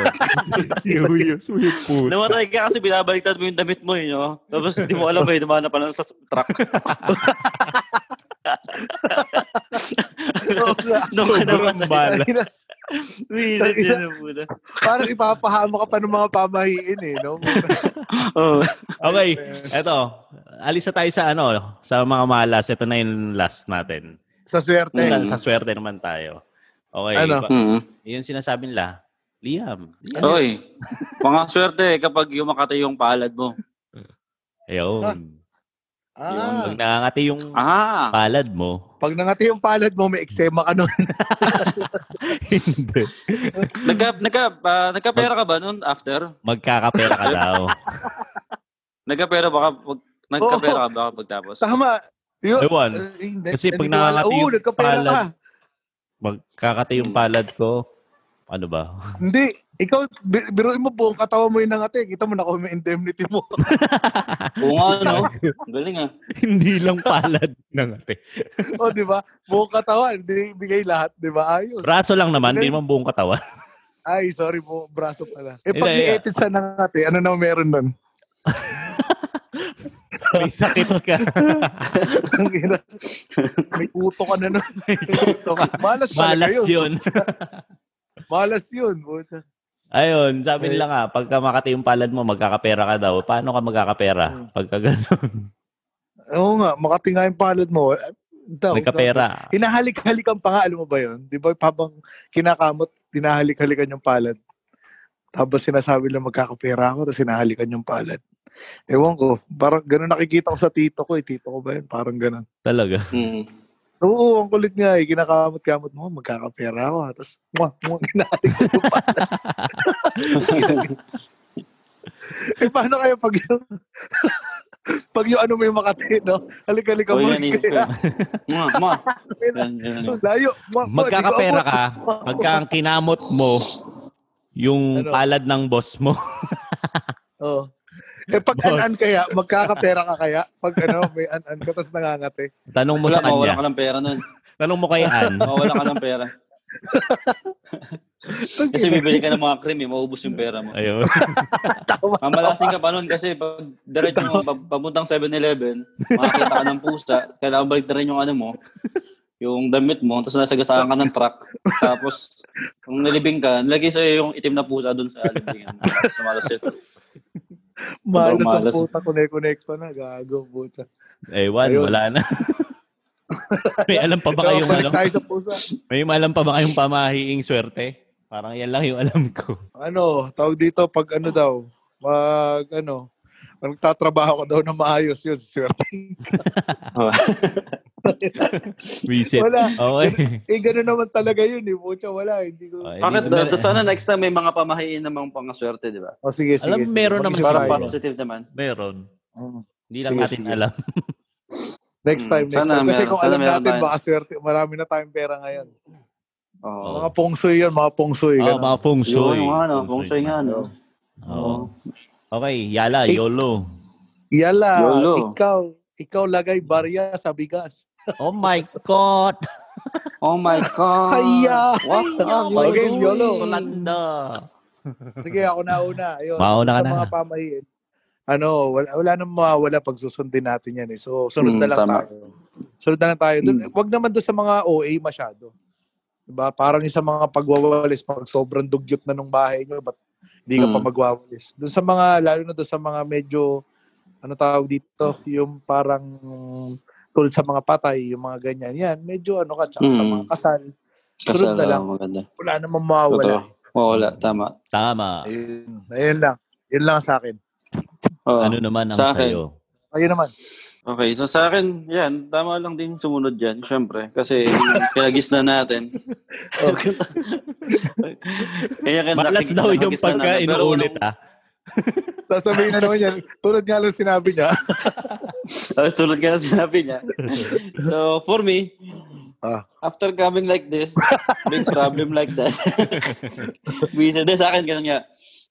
yung, yung, yung pusa.
Namatay ka kasi binabaliktad mo yung damit mo, yun, no? Tapos hindi mo alam, may dumana pa lang sa truck. Nung ka
Sobrang
namatay.
balas.
Wizard yun ang puta.
Parang ipapahama ka pa ng mga pamahiin eh, no?
Oo.
Okay, eto. Alis na tayo sa ano, sa mga malas. Ito na yung last natin.
Sa swerte.
Dahil
Mm.
sa swerte naman tayo. Okay.
Ano?
ba-
Hmm.
Yun sinasabi nila, Liam. Liam.
Oy, mga swerte eh, kapag yumakati yung palad mo.
Ayun.
Ah.
Yun,
Ah,
pag nangangati yung
Ah,
palad mo,
pag nangati yung palad mo, may eksema ka nun.
hindi.
nagka, nagka, ah, nagkapera ka ba nun after?
magkakapera ka daw.
Nagkapera ba ka? Pag, nagkapera ka ba pagtapos?
Tama. Yun,
Ewan.
eh, hindi,
Ano? Kasi pag
naniniwala-
nangangati
Oo,
yung
nagkapera
palad.
ka.
Magkakati yung palad ko. Ano ba?
Hindi. Ikaw, bi- biruin mo buong katawan mo yung nangati. Kita mo na kung may indemnity mo.
Oo nga, no? Ang Galing ah.
hindi lang palad ng ate.
o, Oh, di ba? Buong katawan. Hindi bigay lahat. Di ba? Ayos.
Braso lang naman, hindi naman buong katawan.
Ay, sorry po. Braso pala. Eh,
Hindi,
pag
hindi.
nietid sa nangati, ano na meron nun?
May sakit ka.
Ang ina. may kuto ka na nun. May kuto ka. Malas pala
Malas
kayo.
yun.
Malas yun. Puta.
Ayun, sabi nila nga, pagka makati yung palad mo, magkakapera ka daw. Paano ka magkakapera? Pagka ganun,
Oo nga. Makati nga yung palad mo. Daw,
nagkapera.
daw. Hinahalik-halikan pa nga. Alam mo ba yun? Di ba habang kinakamot, hinahalik-halikan yung palad. Tapos sinasabi lang magkakapera ako, tapos hinahalikan yung palad. Ewan ko. Parang ganun nakikita ko sa tito ko. Eh. Tito ko ba yun? Parang ganun.
Talaga.
Hmm.
Oo, ang kulit nga eh. Kinakamot-kamot mo, magkakapera ako. Tapos, mwah, mwah, kinakalik ko pa. eh, paano kayo pag yung... pag yung ano may makati, no? Halika-halika
Uy,
mo.
yan eh. Ma, ma. Yan, yan.
Layo. Mwah, mwah,
Magkakapera
di ko
ka,
abot.
pagka ang kinamot mo, yung
Ano?
palad ng boss mo.
Oo. Eh, pag
Boss.
an-an kaya, magkakapera ka kaya? Pag ano, may an-an ka, tapos nangangati.
Tanong mo
Wala,
sa
mawala ka
kanya.
ng pera nun.
Tanong mo kay Ann.
Mawala ka ng pera. Kasi bibili ka ng mga cream eh, maubos yung pera mo.
Ayun.
Mamalasing ka pa nun kasi pag diretso mo pag- papuntang 7-Eleven, makakita ka ng pusa, kailangan balik na rin yung ano mo, yung damit mo, tapos nasagasaan ka ng truck. Tapos, kung nilibing ka, nilagay sa'yo yung itim na pusa dun sa libingan mo. Tapos Sumalasip.
Malas ang
Malas.
puta, kunek-kunek pa na. Gago, puta.
Ewan,
Ayun.
wala na. may alam pa ba kayong
Balik
ano?
tayo sa pusa.
May alam pa ba kayong pamahiing swerte? Parang yan lang yung alam ko.
ano, tawag dito pag ano daw, mag ano, pag nagtatrabaho ka daw na maayos yun, swerte.
Reset.
Wala.
Okay. Oh, eh,
eh, gano'n naman talaga yun, eh. Pucha, wala, hindi ko.
Okay,
Bakit?
dito na-
Da, sana next time may mga pamahiin namang pangaswerte, di ba?
O, sige, sige.
Alam,
sige.
meron naman
Mag-isip
Para
tayo.
siguro.
positive naman.
Meron.
Mm.
Hindi lang
Sige,
natin
sige.
alam.
Next
Mm.
time, next
Sana
time. Kasi
meron,
kung
sana
alam
meron
natin,
tayo.
baka swerte, marami na tayong pera ngayon.
Oo.
Oo.
Mga pungsoy yun, mga pungsoy.
Oh,
ganun.
mga feng
Yun,
shui.
yung ano, kung sa'yo nga, no?
Oo. Okay, yala,
Eh.
YOLO.
Yala,
Yolo. Mm.
ikaw, ikaw lagay barya sa bigas.
Oh my God!
Oh my God!
Haya!
What are you
Okay,
doing?
YOLO.
Yolanda!
Sige, ako na una. Ayun,
Mauna ka
sa
na.
mga pamahiin. Ano, wala, wala nang mawawala pag susundin natin yan eh. So, sunod na
Mm,
lang
tama.
tayo. Sunod na lang tayo. Dun,
Mm.
Wag naman doon sa mga OA masyado. Diba? Parang isa mga pagwawalis pag sobrang dugyot na nung bahay nyo, ba't hindi ka
Mm.
pa magwawalis? Doon sa mga, lalo na doon sa mga medyo, ano tawag dito, yung parang tulad sa mga patay, yung mga ganyan. Yan, medyo ano ka, tsaka sa
Mm.
mga kasal. Sunod
Kasal
na lang.
lang, maganda.
Wala namang mawawala.
Totoo. Oo, wala, tama.
Tama.
Ayun, ayun lang. Yun lang sa akin.
Oo.
Ano naman ang
Oh. Sa akin.
sayo?
Ayun naman.
Okay, so sa akin, yan, tama lang din sumunod yan, syempre. Kasi pinagis na natin. Kaya kaya
Malas
nakik-
daw yung
nakagis na
pagka
namin. Pero
inuulit
unang-
ah.
Sasabihin na naman yan. Tulad nga lang sinabi niya.
Tapos tulad ka na sinabi niya. so, for me,
Ah.
after coming like this, big problem like that. we said, "Hindi, sa akin, ganun nga.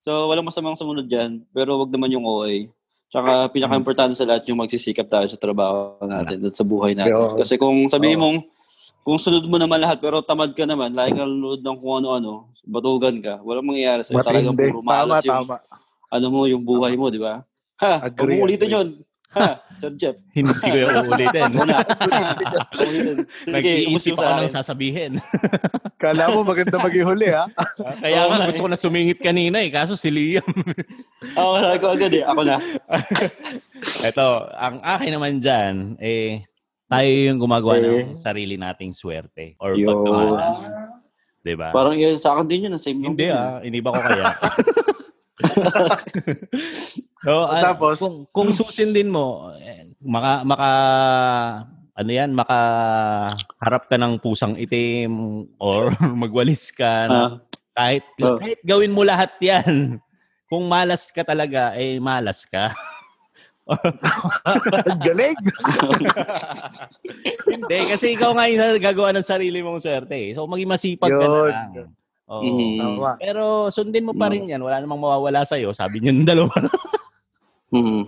So, walang masamang sumunod dyan, pero wag naman yung OA. Tsaka, pinaka-importante sa lahat yung magsisikap tayo sa trabaho natin at sa buhay natin.
Oo.
Kasi kung sabihin
Oo.
mong, kung sunod mo naman lahat, pero tamad ka naman, lagi kang nunod ng kung ano-ano, batugan ka, walang mangyayari sa'yo. Talagang
Matindi.
puro
Tama,
malas yung
tama.
ano mo, yung buhay mo, di ba? Ha, huwag
Agree,
mong ulitin
agree.
yun. Ha, Sir Jeff.
Hindi ko yung uulitin.
Una. Ulitin. Sige,
Nag-iisip
umusip
ako
sa
ng
akin.
sasabihin.
Kala mo maganda maging huli, ha?
Kaya
Oo nga
Ah, nga, eh. gusto ko na sumingit kanina eh. Kaso si Liam.
Oo, sabi ko agad eh. Ako na.
Ito, ang akin naman dyan, eh, Tayo yung gumagawa ng sarili nating swerte or
Yun.
pagkamalas. Diba?
Parang yun, sa akin din yun, ang same
Hindi
lang din.
ah, iniba ko kaya. so, ano,
Tapos?
kung, kung susundin mo, eh, maka, maka, ano yan, maka harap ka ng pusang itim or magwalis ka. na-
Ah.
kahit,
Oh.
kahit gawin mo lahat yan. Kung malas ka talaga, eh malas ka.
Ang galing!
Hindi, kasi ikaw nga yung gagawa ng sarili mong swerte. eh. So, maging masipag ka na
Yun.
lang. ah. Oo.
Mm-hmm.
Mhm.
Mm.
Tama.
Pero sundin mo pa rin yan. Wala namang mawawala sa'yo. Sabi niyo ng dalawa.
Mm.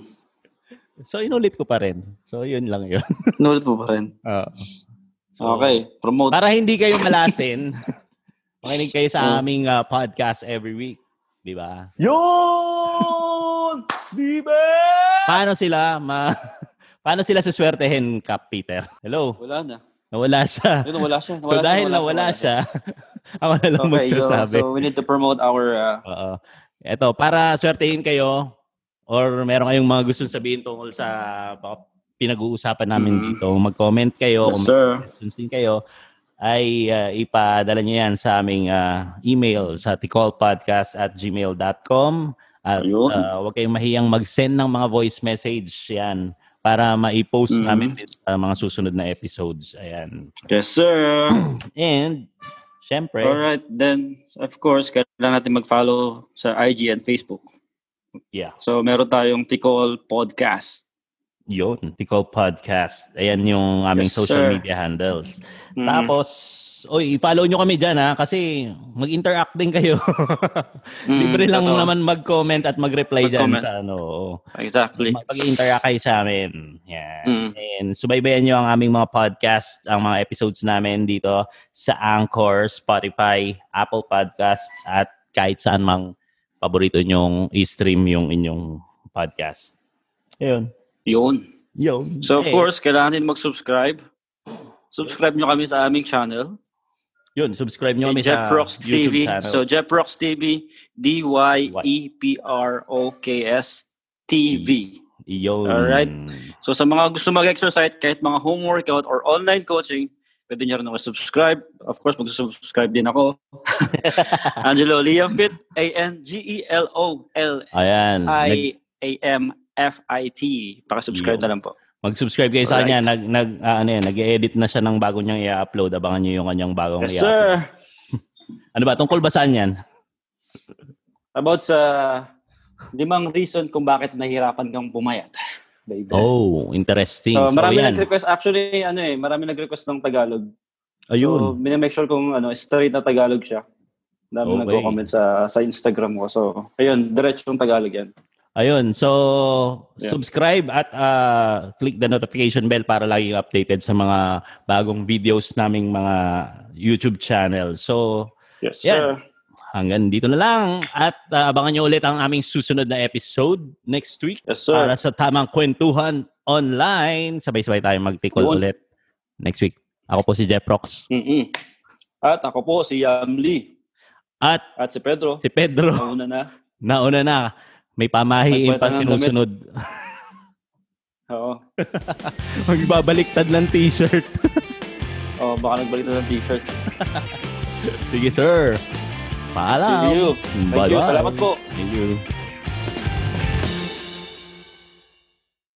So, inulit ko pa rin. So, yun lang yun.
Nulit mo pa rin.
So,
okay, promote.
Para hindi kayo malasin, makinig kayo
Oh.
sa aming uh, podcast every week. Di ba?
Yun! Di ba?
Paano sila ma... Paano sila saswertehin, Kap Peter? Hello?
Wala na.
Nawala siya.
Yun, wala siya.
so,
Wala
dahil
siya,
nawala siya, ako na lang
Okay, yun.
magsasabi.
so we need to promote our uh,
Oo. Eto, para swertehin kayo or meron kayong mga gusto sabihin tungkol sa baka pinag-uusapan namin
Mm.
dito, mag-comment kayo.
Yes,
kung may
sir.
suggestions din kayo, ay uh, ipadala nyo yan sa aming uh, email sa ticolpodcast at gmail.com at
Ayun.
uh, huwag kayong mahiyang mag-send ng mga voice message yan para ma-post
Mhm.
namin dito sa mga susunod na episodes. Ayan.
Yes, sir.
And, syempre,
Alright, then, of course, kailangan natin mag-follow sa IG and Facebook.
Yeah.
So, meron tayong Tikol Podcast.
yun, Ticol Podcast. Ayan yung aming
Yes,
social
sir.
media handles.
Mm.
Tapos, oy, i-follow nyo kami dyan ha, kasi mag-interact din kayo.
Mm-hmm.
Mm,
Libre lang
totoo.
naman mag-comment at mag-reply dyan
Mag-comment.
sa ano. oo.
Exactly.
Mag-interact kayo sa amin. Yan.
Mm.
And subaybayan nyo ang aming mga podcast, ang mga episodes namin dito sa Anchor, Spotify, Apple Podcast, at kahit saan mang paborito nyong i-stream yung inyong podcast. Ayun.
Yun.
Yun.
So, of
Eh,
course, kailangan din mag-subscribe. Subscribe nyo kami sa aming channel.
Yun, subscribe nyo kami sa
Jeprox
YouTube
TV.
channels.
So, Jeprox TV, E D-Y-E-P-R-O-K-S TV.
Yun.
Alright. So sa mga gusto mag-exercise, kahit mga home workout or online coaching, pwede nyo rin ako subscribe. Of course, mag-subscribe din ako. Angelo Liam Fit, E A-N-G-E-L-O-L-I-A-M-F-I-T.
Ayan. Nag-
Pakasubscribe E. na lang po.
Mag-subscribe kayo sa
Alright.
kanya. Nag, nag, ah, ano yan, nag-edit na siya ng bago niyang i-upload. Abangan niyo yung kanyang bagong
Yes,
i-upload.
sir!
Ano ba? Tungkol ba saan yan?
About sa limang reason kung bakit nahihirapan kang pumayat. Baby.
Oh, interesting.
So,
So,
marami
yan.
nag-request. Actually, ano eh, marami nag-request ng Tagalog.
Ayun.
So, minamake sure kung ano, straight na Tagalog siya. Dami
Okay.
nagko-comment sa, sa Instagram ko. So, ayun, diretsong Tagalog yan.
Ayun. So,
Yeah.
subscribe at ah, click the notification bell para lagi updated sa mga bagong videos naming mga YouTube channel. So,
Yes,
Yan.
sir.
hanggang dito na lang. At ah, abangan nyo ulit ang aming susunod na episode next week.
Yes, sir.
para sa tamang kwentuhan online. Sabay-sabay tayong magtikol
Yun.
ulit next week. Ako po si Jeff Rox
Mm-mm. At ako po, si Yam Lee.
at
At si Pedro.
si Pedro.
Nauna na.
Nauna na, may pamahiin pa
Nagpalitan ng
sinusunod.
Oo.
Magbabaliktad ng t-shirt.
Oo, Oh, baka nagbalik na ng t-shirt.
Sige, sir. Paalam.
See you. Thank you.
Bye-bye.
Salamat po.
Thank you.